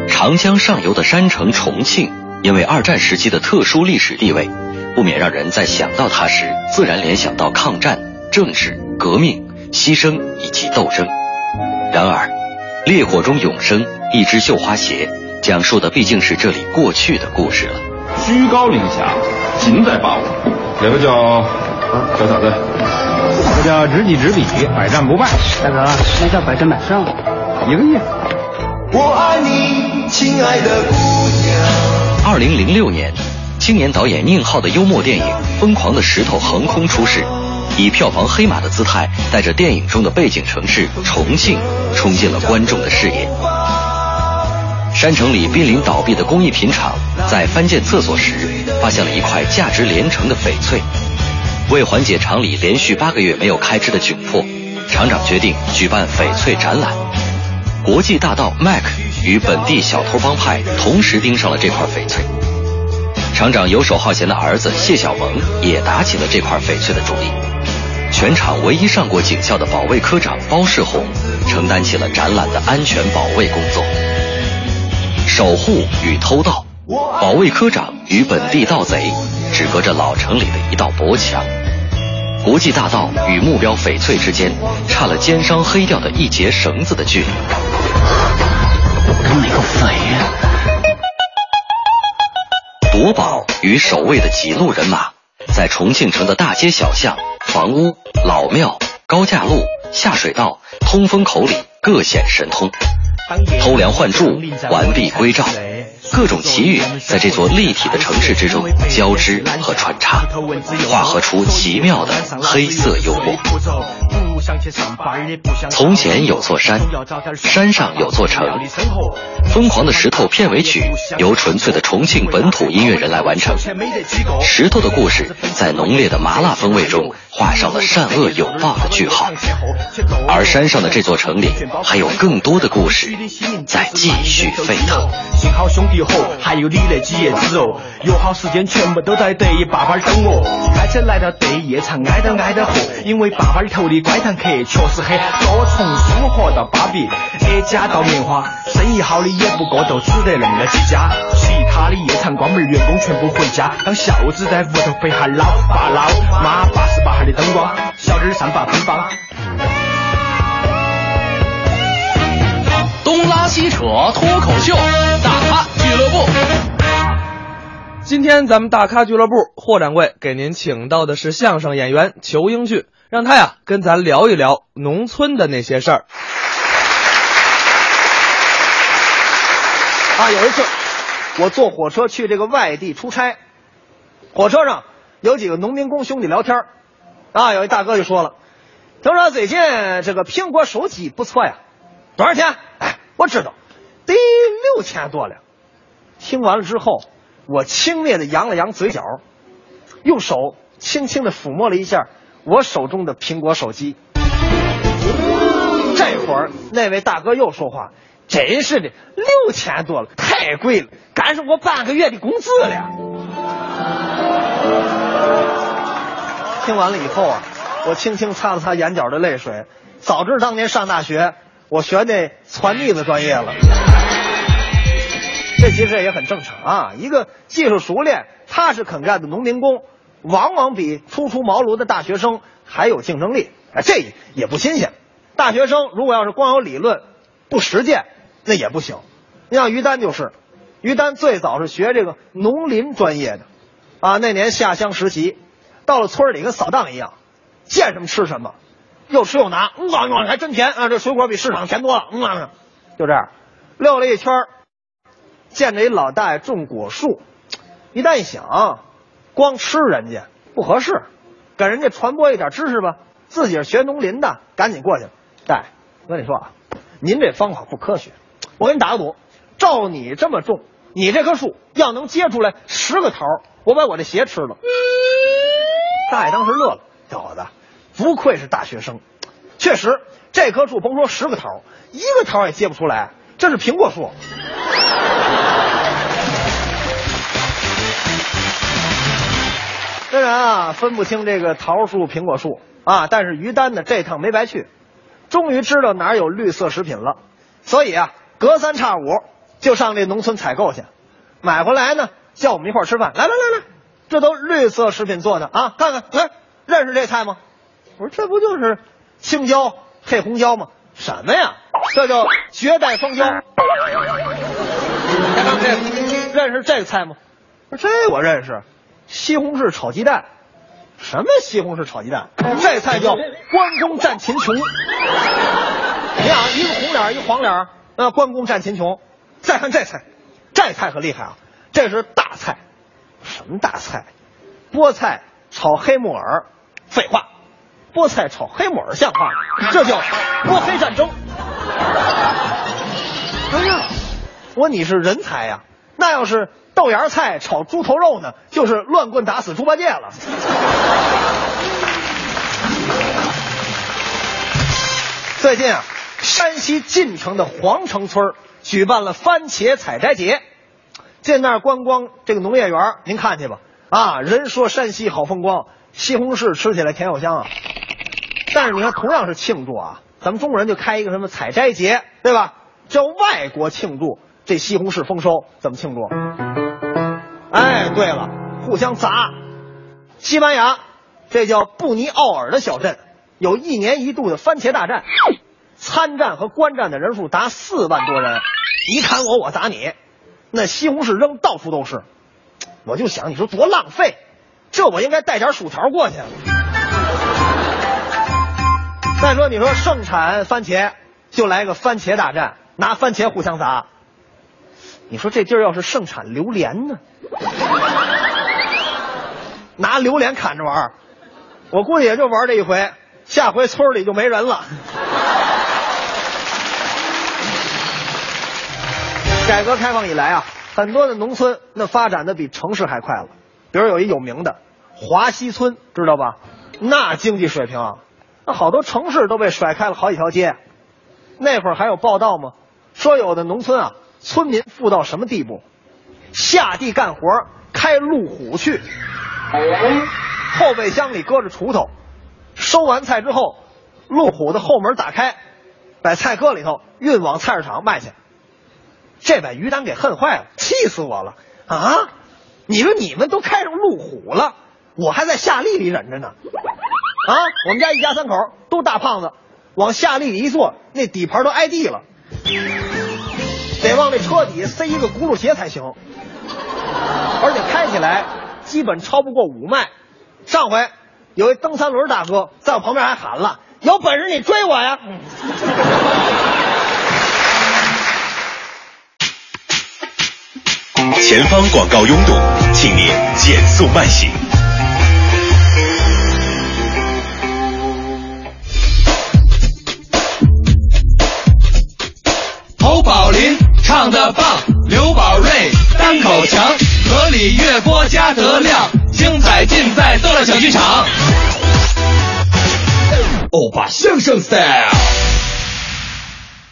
C: 长江上游的山城重庆，因为二战时期的特殊历史地位，不免让人在想到它时，自然联想到抗战、政治、革命、牺牲以及斗争。然而，《烈火中永生》《一只绣花鞋》讲述的毕竟是这里过去的故事了。
N: 居高临下，尽在把握。有个叫叫啥子？这叫知己知彼，百战不败。大哥，那叫百战百 胜，一个意思。
A: 我爱你，亲爱的姑
C: 二零零六年，青年导演宁浩的幽默电影《疯狂的石头》横空出世，以票房黑马的姿态，带着电影中的背景城市重庆冲进了观众的视野。山城里濒临倒闭的工艺品厂，在翻建厕所时发现了一块价值连城的翡翠。为缓解厂里连续八个月没有开支的窘迫，厂长决定举办翡翠展览。国际大盗 Mac 与本地小偷帮派同时盯上了这块翡翠。厂长游手好闲的儿子谢小萌也打起了这块翡翠的主意。全厂唯一上过警校的保卫科长包世红承担起了展览的安全保卫工作。守护与偷盗，保卫科长与本地盗贼只隔着老城里的一道薄墙。国际大盗与目标翡翠之间差了奸商黑掉的一截绳子的距离。跟哪个匪呀、夺宝与守卫的几路人马，在重庆城的大街小巷、房屋、老庙、高架路、下水道、通风口里各显神通。偷梁换柱，完璧归赵，各种奇遇在这座立体的城市之中交织和穿插，化合出奇妙的黑色幽默。从前有座山，山上有座城。疯狂的石头片尾曲由纯粹的重庆本土音乐人来完成。石头的故事在浓烈的麻辣风味中画上了善恶有报的句号，而山上的这座城里还有更多的故事在继续沸腾。
O: 幸好兄弟伙还有你那几爷子哦，约好时间全部都在对坝坝儿等我。开车来到对夜场，挨到挨到喝，因为坝坝儿头的乖堂客确实很多，从苏荷到芭比，A 加到棉花，生意好的也不过就只得恁个几家。其他的夜场关门，员工全部回家，当孝子在屋头陪下老爸老妈，八十八号的灯光，小点儿上坝奔放。
P: 东拉西扯脱口秀，大咖俱乐部。
Q: 今天咱们大咖俱乐部霍掌柜给您请到的是相声演员裘英俊，让他呀跟咱聊一聊农村的那些事儿。
R: 啊，有一次我坐火车去这个外地出差，火车上有几个农民工兄弟聊天儿啊，有一大哥就说了，听说最近这个苹果手机不错呀，多少钱？哎，我知道，得六千多了。听完了之后，我轻蔑的扬了扬嘴角，用手轻轻的抚摸了一下我手中的苹果手机。这会儿那位大哥又说话，真是的，六千多了，太贵了，赶上我半个月的工资了。听完了以后啊，我轻轻擦了擦眼角的泪水。早知当年上大学，我学那传腻子专业了。这其实也很正常啊。一个技术熟练、踏实肯干的农民工，往往比初出茅庐的大学生还有竞争力。啊，这也不新鲜。大学生如果要是光有理论，不实践，那也不行。你像于丹就是，于丹最早是学这个农林专业的，啊，那年下乡实习，到了村里跟扫荡一样，见什么吃什么，又吃又拿，嗯啊，嗯啊还真甜啊，这水果比市场甜多了，嗯啊，就这样，溜了一圈儿见着一老大爷种果树，一旦一想，光吃人家不合适，给人家传播一点知识吧。自己是学农林的，赶紧过去了。哎大爷，我跟你说啊，您这方法不科学。我给你打个赌，照你这么种，你这棵树要能结出来十个桃儿，我把我这鞋吃了。大爷当时乐了，小子，不愧是大学生。确实，这棵树甭说十个桃儿，一个桃儿也结不出来，这是苹果树。虽然啊分不清这个桃树、苹果树啊，但是于丹呢这趟没白去，终于知道哪儿有绿色食品了，所以啊隔三差五就上这农村采购去，买回来呢叫我们一块儿吃饭。来来来来，这都绿色食品做的啊，看看来认识这菜吗？我说这不就是青椒配红椒吗？什么呀，这叫绝代双骄。看看这认识这个菜吗？我说这我认识。西红柿炒鸡蛋，什么西红柿炒鸡蛋？这菜叫关公战秦琼。你想，一个红脸儿，一个黄脸儿，那关公战秦琼。再看这菜，这菜可厉害啊！这是大菜，什么大菜？菠菜炒黑木耳。废话，菠菜炒黑木耳像话吗？这叫波黑战争。哎呀，我说你是人才呀、那要是豆芽菜炒猪头肉呢，就是乱棍打死猪八戒了。最近啊，山西晋城的皇城村儿举办了番茄采摘节，进那儿观光这个农业园儿，您看去吧。啊，人说山西好风光，西红柿吃起来甜又香啊。但是你看，同样是庆祝啊，咱们中国人就开一个什么采摘节，对吧？叫外国庆祝这西红柿丰收，怎么庆祝？哎，对了，互相砸。西班牙这叫布尼奥尔的小镇，有一年一度的番茄大战，参战和观战的人数达四万多人，你砍我，我砸你，那西红柿扔到处都是。我就想，你说多浪费，这我应该带点薯条过去。啊再说，你说盛产番茄，就来个番茄大战，拿番茄互相砸。你说这地儿要是盛产榴莲呢？拿榴莲砍着玩儿，我估计也就玩这一回，下回村里就没人了。 改革开放以来啊，很多的农村那发展的比城市还快了。比如有一有名的华西村，知道吧？那经济水平啊，那好多城市都被甩开了好几条街。那会儿还有报道吗？说有的农村啊，村民富到什么地步？下地干活开路虎去，哦后备箱里搁着锄头，收完菜之后，路虎的后门打开，把菜搁里头，运往菜市场卖去。这把于丹给恨坏了，气死我了啊！你说你们都开上路虎了，我还在夏利里忍着呢。啊，我们家一家三口都大胖子，往夏利里一坐，那底盘都挨地了，得往那车底下塞一个轱辘鞋才行。而且开起来基本超不过五迈。上回有一蹬三轮大哥在我旁边还喊了：“有本事你追我呀！”
C: 前方广告拥堵，请您减速慢行。
P: 侯宝林唱的棒，刘宝瑞单口强，河里月波加德亮，精彩尽在逗乐小剧场。
Q: 欧巴相声 style。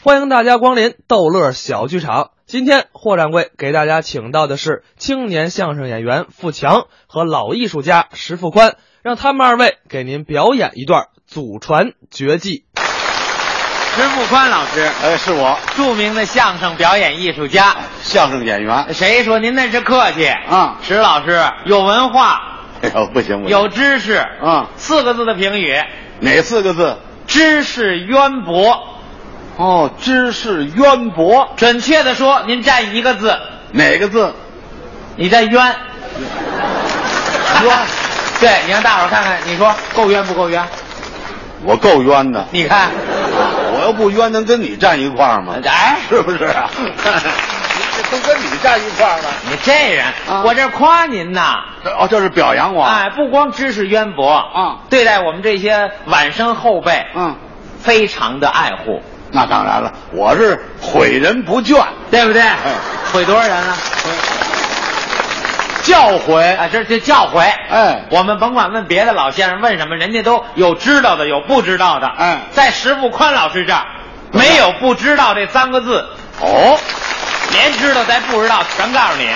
Q: 欢迎大家光临逗乐小剧场。今天霍掌柜给大家请到的是青年相声演员付强和老艺术家石富宽，让他们二位给您表演一段祖传绝技。
S: 石富宽老师，哎，是我，著名的相声表演艺术家，相声演员。谁说您那是客气啊？石老师有文化，
T: 哎呦，不行不行，
S: 有知识啊，四个字的评语，
T: 哪四个字？
S: 知识渊博。哦，知识渊博。准确的说，您占一个字，
T: 哪个字？
S: 你占冤。冤。对，你让大伙儿看看，你说够冤不够冤？
T: 我够冤的，
S: 你看，
T: 我要不冤能跟你站一块儿吗？
S: 哎，
T: 是不是啊？
S: 都跟你站一块儿了。你这人，我这夸您呐。
T: 哦，这是表扬我啊。
S: 哎，不光知识渊博啊，对待我们这些晚生后辈，嗯，非常的爱护。
T: 那当然了，我是毁人不倦，
S: 对不对？毁多少人了？教诲啊，这这教诲。哎，我们甭管问别的老先生问什么，人家都有知道的，有不知道的。嗯，在石富宽老师这儿，没有不知道这三个字。哦，连知道带不知道全告诉你。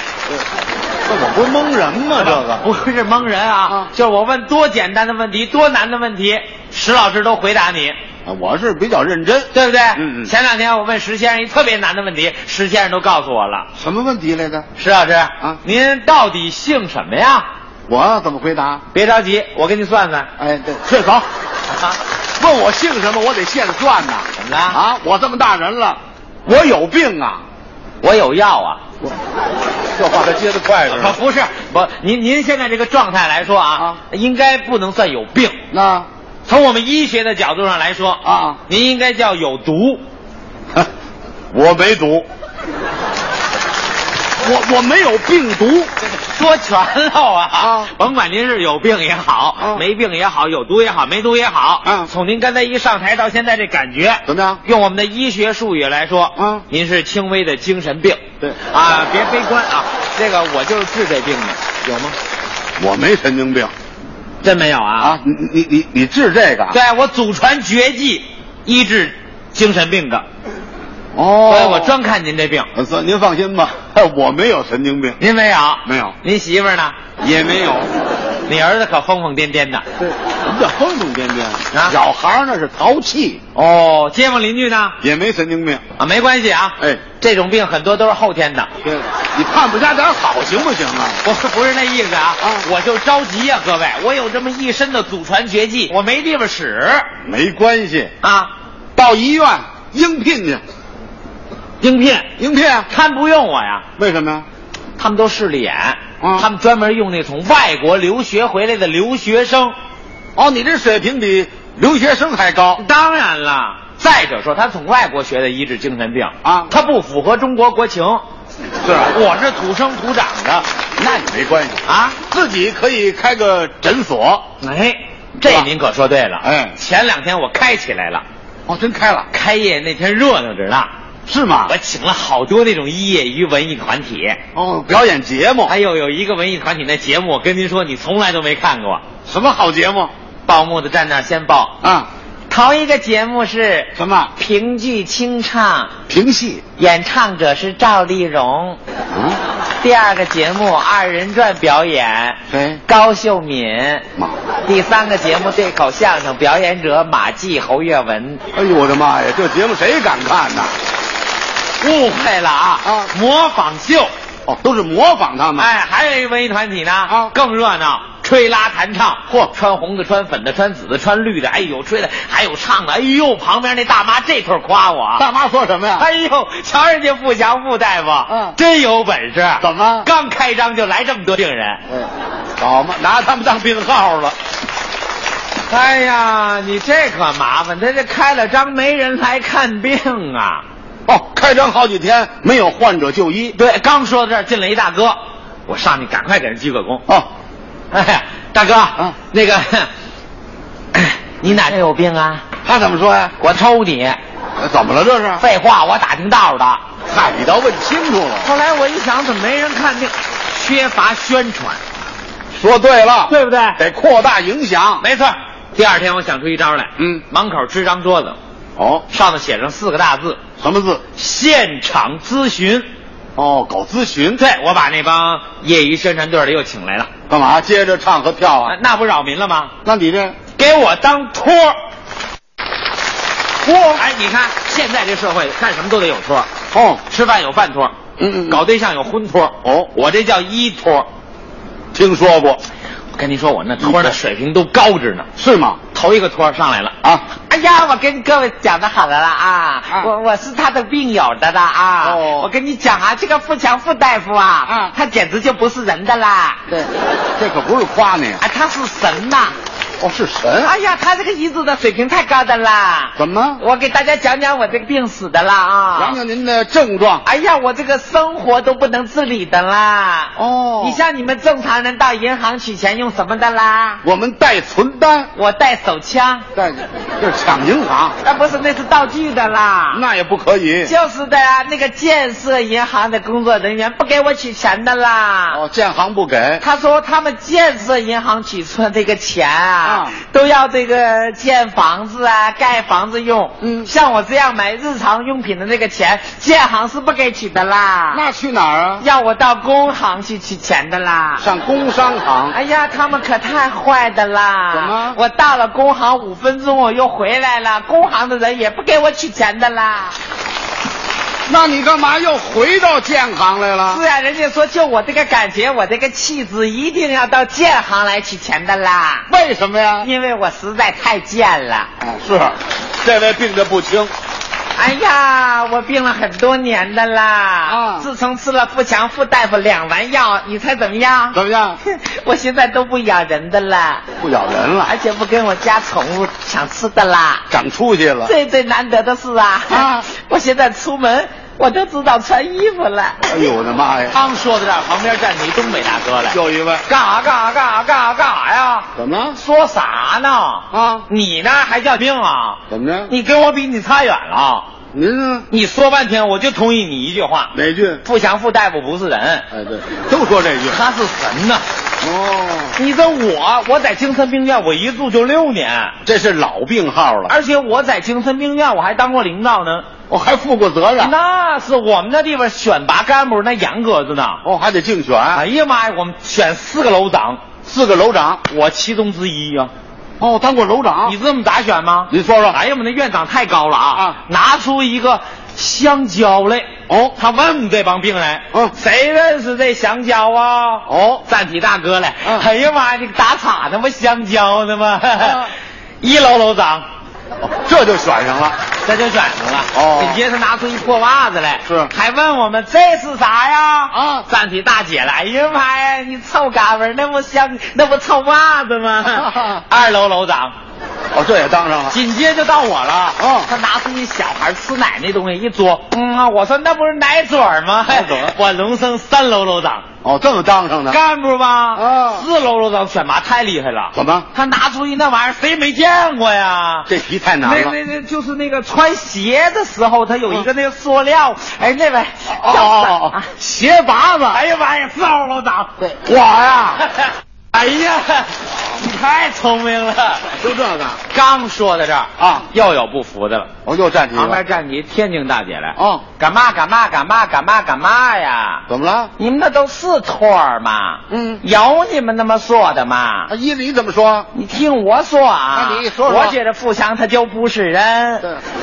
S: 这我不是蒙人吗？这个不是蒙人啊，就是我问多简单的问题，多难的问题，石老师都回答你。啊我是比较认真，对不对？嗯嗯。前两天我问石先生一特别难的问题，石先生都告诉我了。什么问题来着？石老师啊，您到底姓什么呀？我怎么回答？别着急，我给你算算。哎，对，快走。 问我姓什么，我得现算呐。怎么了？啊，我这么大人了，我有病啊，我有药啊。 这话他接的快是啊不是，不，您您现在这个状态来说啊，应该不能算有病。那从我们医学的角度上来说啊，您应该叫有毒。我没毒，我我没有病毒， 说全了啊！啊甭管您是有病也好，没病也好，有毒也好，没毒也好，啊，从您刚才一上台到现在这感觉怎么样？用我们的医学术语来说，啊，您是轻微的精神病。对啊，别悲观啊，这个我就是治这病的，有吗？
T: 我没神经病，
S: 真没有啊！
T: 啊，你你你你治这个啊？
S: 对我祖传绝技，医治精神病的。哦，所以我专看您这病。
T: 算呃您放心吧， 我没有神经病。
S: 您没有？
T: 没有。
S: 您媳妇儿呢？
T: 也没有。
S: 你儿子可疯疯癫癫的。
T: 对，什么叫疯疯癫癫
S: 啊？
T: 小孩儿那是淘气。
S: 哦，街坊邻居呢？
T: 也没神经病
S: 啊，没关系啊。哎，这种病很多都是后天的。
T: 对，你盼不加点好行不行啊？
S: 不是不是那意思啊，我就着急呀、各位，我有这么一身的祖传绝技，我没地方使。
T: 没关系
S: 啊，
T: 到医院应聘去。
S: 应聘，应聘，他们不用我呀？
T: 为什么啊呀？
S: 他们都势利眼，他们专门用那从外国留学回来的留学生。
T: 哦，你这水平比留学生还高。
S: 当然了，再者说，他从外国学的医治精神病啊，他不符合中国国情。是，
T: 啊
S: 我是土生土长的，
T: 那也没关系
S: 啊，
T: 自己可以开个诊所。
S: 哎，这您可说对了。
T: 哎，
S: 前两天我开起来了，
T: 哦，真开了。
S: 开业那天热闹着呢。
T: 是吗？
S: 我请了好多那种业余文艺团体
T: 哦，表演节目。
S: 还哎有有一个文艺团体那节目，我跟您说，你从来都没看过。
T: 什么好节目？
S: 报幕的站那儿先报
T: 啊。
S: 头一个节目是
T: 什么？
S: 评剧清唱，
T: 评戏，啊
S: 演唱者是赵丽蓉。第二个节目二人转表演，
T: 谁？
S: 高秀敏。第三个节目对口相声，表演者马季、侯月文。
T: 哎呦我的妈呀，这节目谁敢看呐？
S: 误会了啊！啊，模仿秀
T: 哦，都是模仿他们。
S: 哎，还有一个文艺团体呢，啊，更热闹，吹拉弹唱，嚯，穿红的，穿粉的，穿紫的，穿绿的，哎呦，吹的，还有唱的，哎呦，旁边那大妈这头夸我，啊
T: 大妈说什么呀？
S: 哎呦，瞧人家富强富大夫，嗯，真有本事，
T: 怎么
S: 刚开张就来这么多病人？
T: 嗯，好嘛，拿他们当病号了。
S: 哎呀，你这可麻烦，他这开了张没人来看病啊。
T: 哦，开张好几天没有患者就医。
S: 对，刚说到这儿进来一大哥，我上去赶快给人鞠个躬。哦，哎，大哥，
T: 啊
S: 那个，你哪儿有病啊？
T: 他怎么说呀？
S: 我抽你。
T: 怎么了这是？
S: 废话，我打听道的。
T: 嗨，你倒问清楚了。
S: 后来我一想，怎么没人看病？缺乏宣传，
T: 说对了，
S: 对不对？
T: 得扩大影响。
S: 没错。第二天我想出一招来，嗯，门口支张桌子，
T: 哦，
S: 上面写上四个大字，
T: 什么字？
S: 现场咨询。
T: 哦，搞咨询。
S: 对，我把那帮业余宣传队的又请来了。
T: 干嘛？接着唱和跳啊？
S: 那不扰民了吗？
T: 那你这
S: 给我当托儿。托儿？哎，你看现在这社会干什么都得有托儿。
T: 哦，
S: 吃饭有饭托儿，
T: 嗯嗯，
S: 搞对象有婚托儿。
T: 哦，
S: 我这叫依托儿。
T: 听说过。嗯
S: 我跟你说，我那托儿的水平都高着呢。
T: 是吗？
S: 头一个托儿上来了
T: 啊！
S: 哎呀，我跟各位讲的好了啦啊！我我是他的病友的啦啊！
T: 哦嗯
S: 我跟你讲啊，这个富强富大夫啊，他简直就不是人的啦！
T: 对，这可不是夸你，
S: 啊，他是神呐、
T: 哦，是神。
S: 哎呀，他这个一字的水平太高的啦！
T: 怎么？
S: 我给大家讲讲我这个病史的啦啊！
T: 讲讲您的症状。
S: 哎呀，我这个生活都不能自理的啦！哦，你像你们正常人到银行取钱用什么的啦？
T: 我们带存单，
S: 我带手枪，
T: 带这是抢银行，
S: 那不是那是道具的啦。
T: 那也不可以。
S: 就是的呀、那个建设银行的工作人员不给我取钱的啦。
T: 哦，建行不给。
S: 他说他们建设银行取出的这个钱啊，都要这个建房子啊、盖房子用。嗯，像我这样买日常用品的那个钱，建行是不给取的啦。
T: 那去哪儿啊？
S: 要我到工行去取钱的啦。
T: 上工商行。
S: 哎呀，他们可太坏的啦！
T: 怎么
S: 我到了工行五分钟，我又回来了，工行的人也不给我取钱的啦。
T: 那你干嘛又回到建行来了？
S: 是啊，人家说就我这个感觉，我这个气质，一定要到建行来取钱的啦。
T: 为什么呀？
S: 因为我实在太贱了。
T: 啊，是，这位病得不哦轻。
S: 哎呀，我病了很多年的啦。啊，自从吃了富强富大夫两丸药，你猜怎么样？
T: 怎么样？
S: 我现在都不咬人的啦，
T: 不咬人了，
S: 而且不跟我家宠物抢吃的啦。
T: 长出息了。
S: 最最难得的是啊，啊， 我现在出门我都知道穿衣服了。
T: 哎呦我的妈 呀！
S: 刚说到这儿，旁边站起一东北大哥来，
T: 又一位，
S: 干啥干啥干啥干啥干啥呀？
T: 怎么了？
S: 说啥呢？啊，你呢还叫病啊？
T: 怎么着？
S: 你跟我比，你差远了。
T: 您呢？
S: 你说半天，我就同意你一句话：
T: 哪句？
S: 富强富大夫不是人。
T: 哎，对，都说这句。
S: 他是神呐、
T: 哦，
S: 你这我，我在精神病院，我一住就六年，
T: 这是老病号了，
S: 而且我在精神病院我还当过领导呢。
T: 我还负过责任，
S: 那是我们那地方选拔干部那严格着呢。
T: 哦，还得竞选。
S: 哎呀妈呀，我们选四个楼长，
T: 四个楼长，
S: 我其中之一呀、
T: 哦，当过楼长
S: 你。这么打选吗？
T: 您说说
S: 哎呀，我们那院长太高了啊！拿出一个香蕉来。哦，他问我们这帮病人，嗯，谁认识这香蕉啊？哦，站起大哥来。
T: 嗯
S: 哎呀妈呀，你打岔呢吗？香蕉呢吗？
T: 嗯
S: 一楼楼长，
T: 这就选上了。
S: 这就选上了。
T: 哦
S: 紧接着拿出一破袜子来，
T: 是
S: 还问我们这是啥呀？啊，站起大姐来，哎呀妈呀，你臭嘎巴儿，那不香，那不臭袜子 吗？二楼楼长。
T: 哦，这也当上了。
S: 紧接着到我了，嗯，他拿出一小孩吃奶那东西一嘬，嗯啊，我说那不是奶嘴儿吗？
T: 奶嘴儿
S: 我荣升三楼楼长，
T: 哦，这么当上的。
S: 干部吧，啊，四楼楼长选拔太厉害了，
T: 怎么？
S: 他拿出一那玩意儿，谁没见过呀？
T: 这题太难
S: 那
T: 了。
S: 那那就是那个穿鞋的时候，他有一个那个塑料，哎，那位
T: 哦哦哦，鞋拔子。
S: 啊哎呀妈呀，四楼楼长，
T: 对，我 呀，
S: 哎呀，你太聪明了。
T: 就这个，
S: 刚说到这儿
T: 啊，
S: 又有不服的了。
T: 我又站起
S: 旁
T: 来
S: 边
T: 了。
S: 站起天津大姐来，
T: 哦，
S: 嗯干嘛干嘛干嘛干嘛干嘛呀？
T: 怎么了？
S: 你们那都是托儿吗？
T: 嗯
S: 有你们那么说的吗
T: 啊，？依你怎么说？
S: 你听我说啊，
T: 那你说说
S: 我觉得富强他就不是人，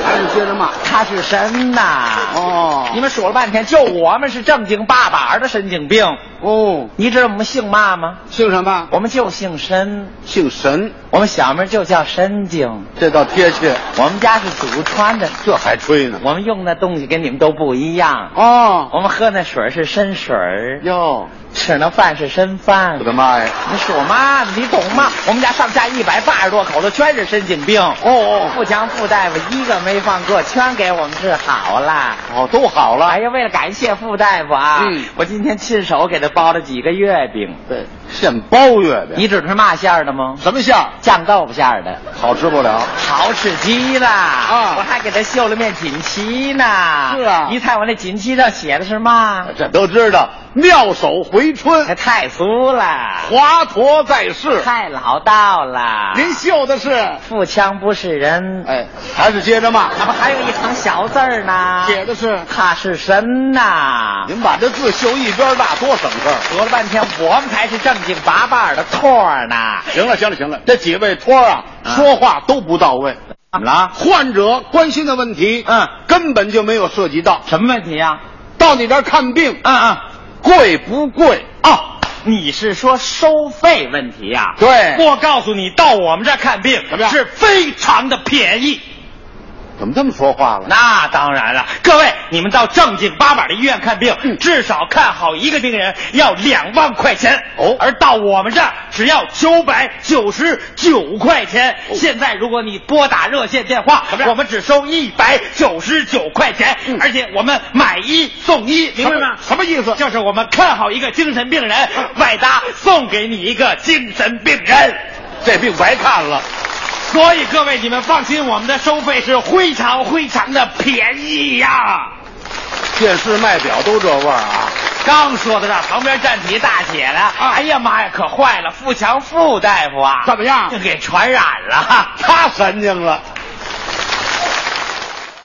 T: 还是接着骂。
S: 他是神呐。
T: 哦
S: 你们数了半天，就我们是正经八百的神经病。
T: 哦，
S: 你知道我们姓嘛吗？
T: 姓什么？
S: 我们就姓申，
T: 姓神，
S: 我们小名就叫申经。
T: 这倒贴切。
S: 我们家是祖传的，
T: 这还吹呢？
S: 我们用的东西跟你们都不一样。
T: 哦，
S: 我们喝那水儿是参水儿，
T: 哟，
S: 吃那饭是参饭
T: 我。的妈呀！
S: 你说嘛，你懂吗？我们家上下一百八十多口子全是神经病。
T: 哦哦
S: 富强富大夫一个没放过，全给我们治好了。
T: 哦，都好了。
S: 哎呀，为了感谢傅大夫啊，
T: 嗯
S: 我今天亲手给他包了几个月饼。
T: 对，现包月饼。
S: 你指的是嘛馅儿的吗？
T: 什么馅儿？
S: 酱豆腐馅儿的，
T: 好吃不了。
S: 好吃极了。啊我还给他绣了面锦旗呢。
T: 是啊
S: 你猜我那锦旗上写的是嘛？
T: 这都知道。妙手回
S: 这
T: 春，
S: 太俗了。
T: 华佗在世。
S: 太老道了，
T: 您绣的是？
S: 腹腔不是人，
T: 哎，还是接着骂。
S: 那不还有一行小字儿呢？
T: 写的是
S: 他是神呐！
T: 您把这字绣一边大，多省事儿。
S: 说了半天，我们才是正经八百的托儿呢。嗯
T: 行了，行了，行了，这几位托儿啊，说话都不到位。
S: 怎么了？
T: 患者关心的问题，
S: 嗯，
T: 根本就没有涉及到。
S: 什么问题呀、
T: 到你这儿看病，
S: 嗯嗯，
T: 贵不贵？
S: 哦，你是说收费问题呀、
T: 对
S: 我告诉你，到我们这儿看病
T: 怎么样
S: 是非常的便宜。
T: 怎么这么说话了？
S: 那当然了，各位，你们到正经八百的医院看病，至少看好一个病人要两万块钱哦，而到我们这儿只要九百九十九块钱。现在如果你拨打热线电话，我们只收一百九十九块钱，而且我们买一送一，明白吗？嗯什么意思？啊就是我们看好一个精神病人，外搭送给你一个精神病人，这病白看了。所以各位，你们放心，我们的收费是非常非常的便宜呀、
T: 电视卖表都这味儿啊！
S: 刚说到这儿，旁边站起大姐来，哎呀妈呀，可坏了！富强富大夫啊，怎么样？给传染了，他神经了。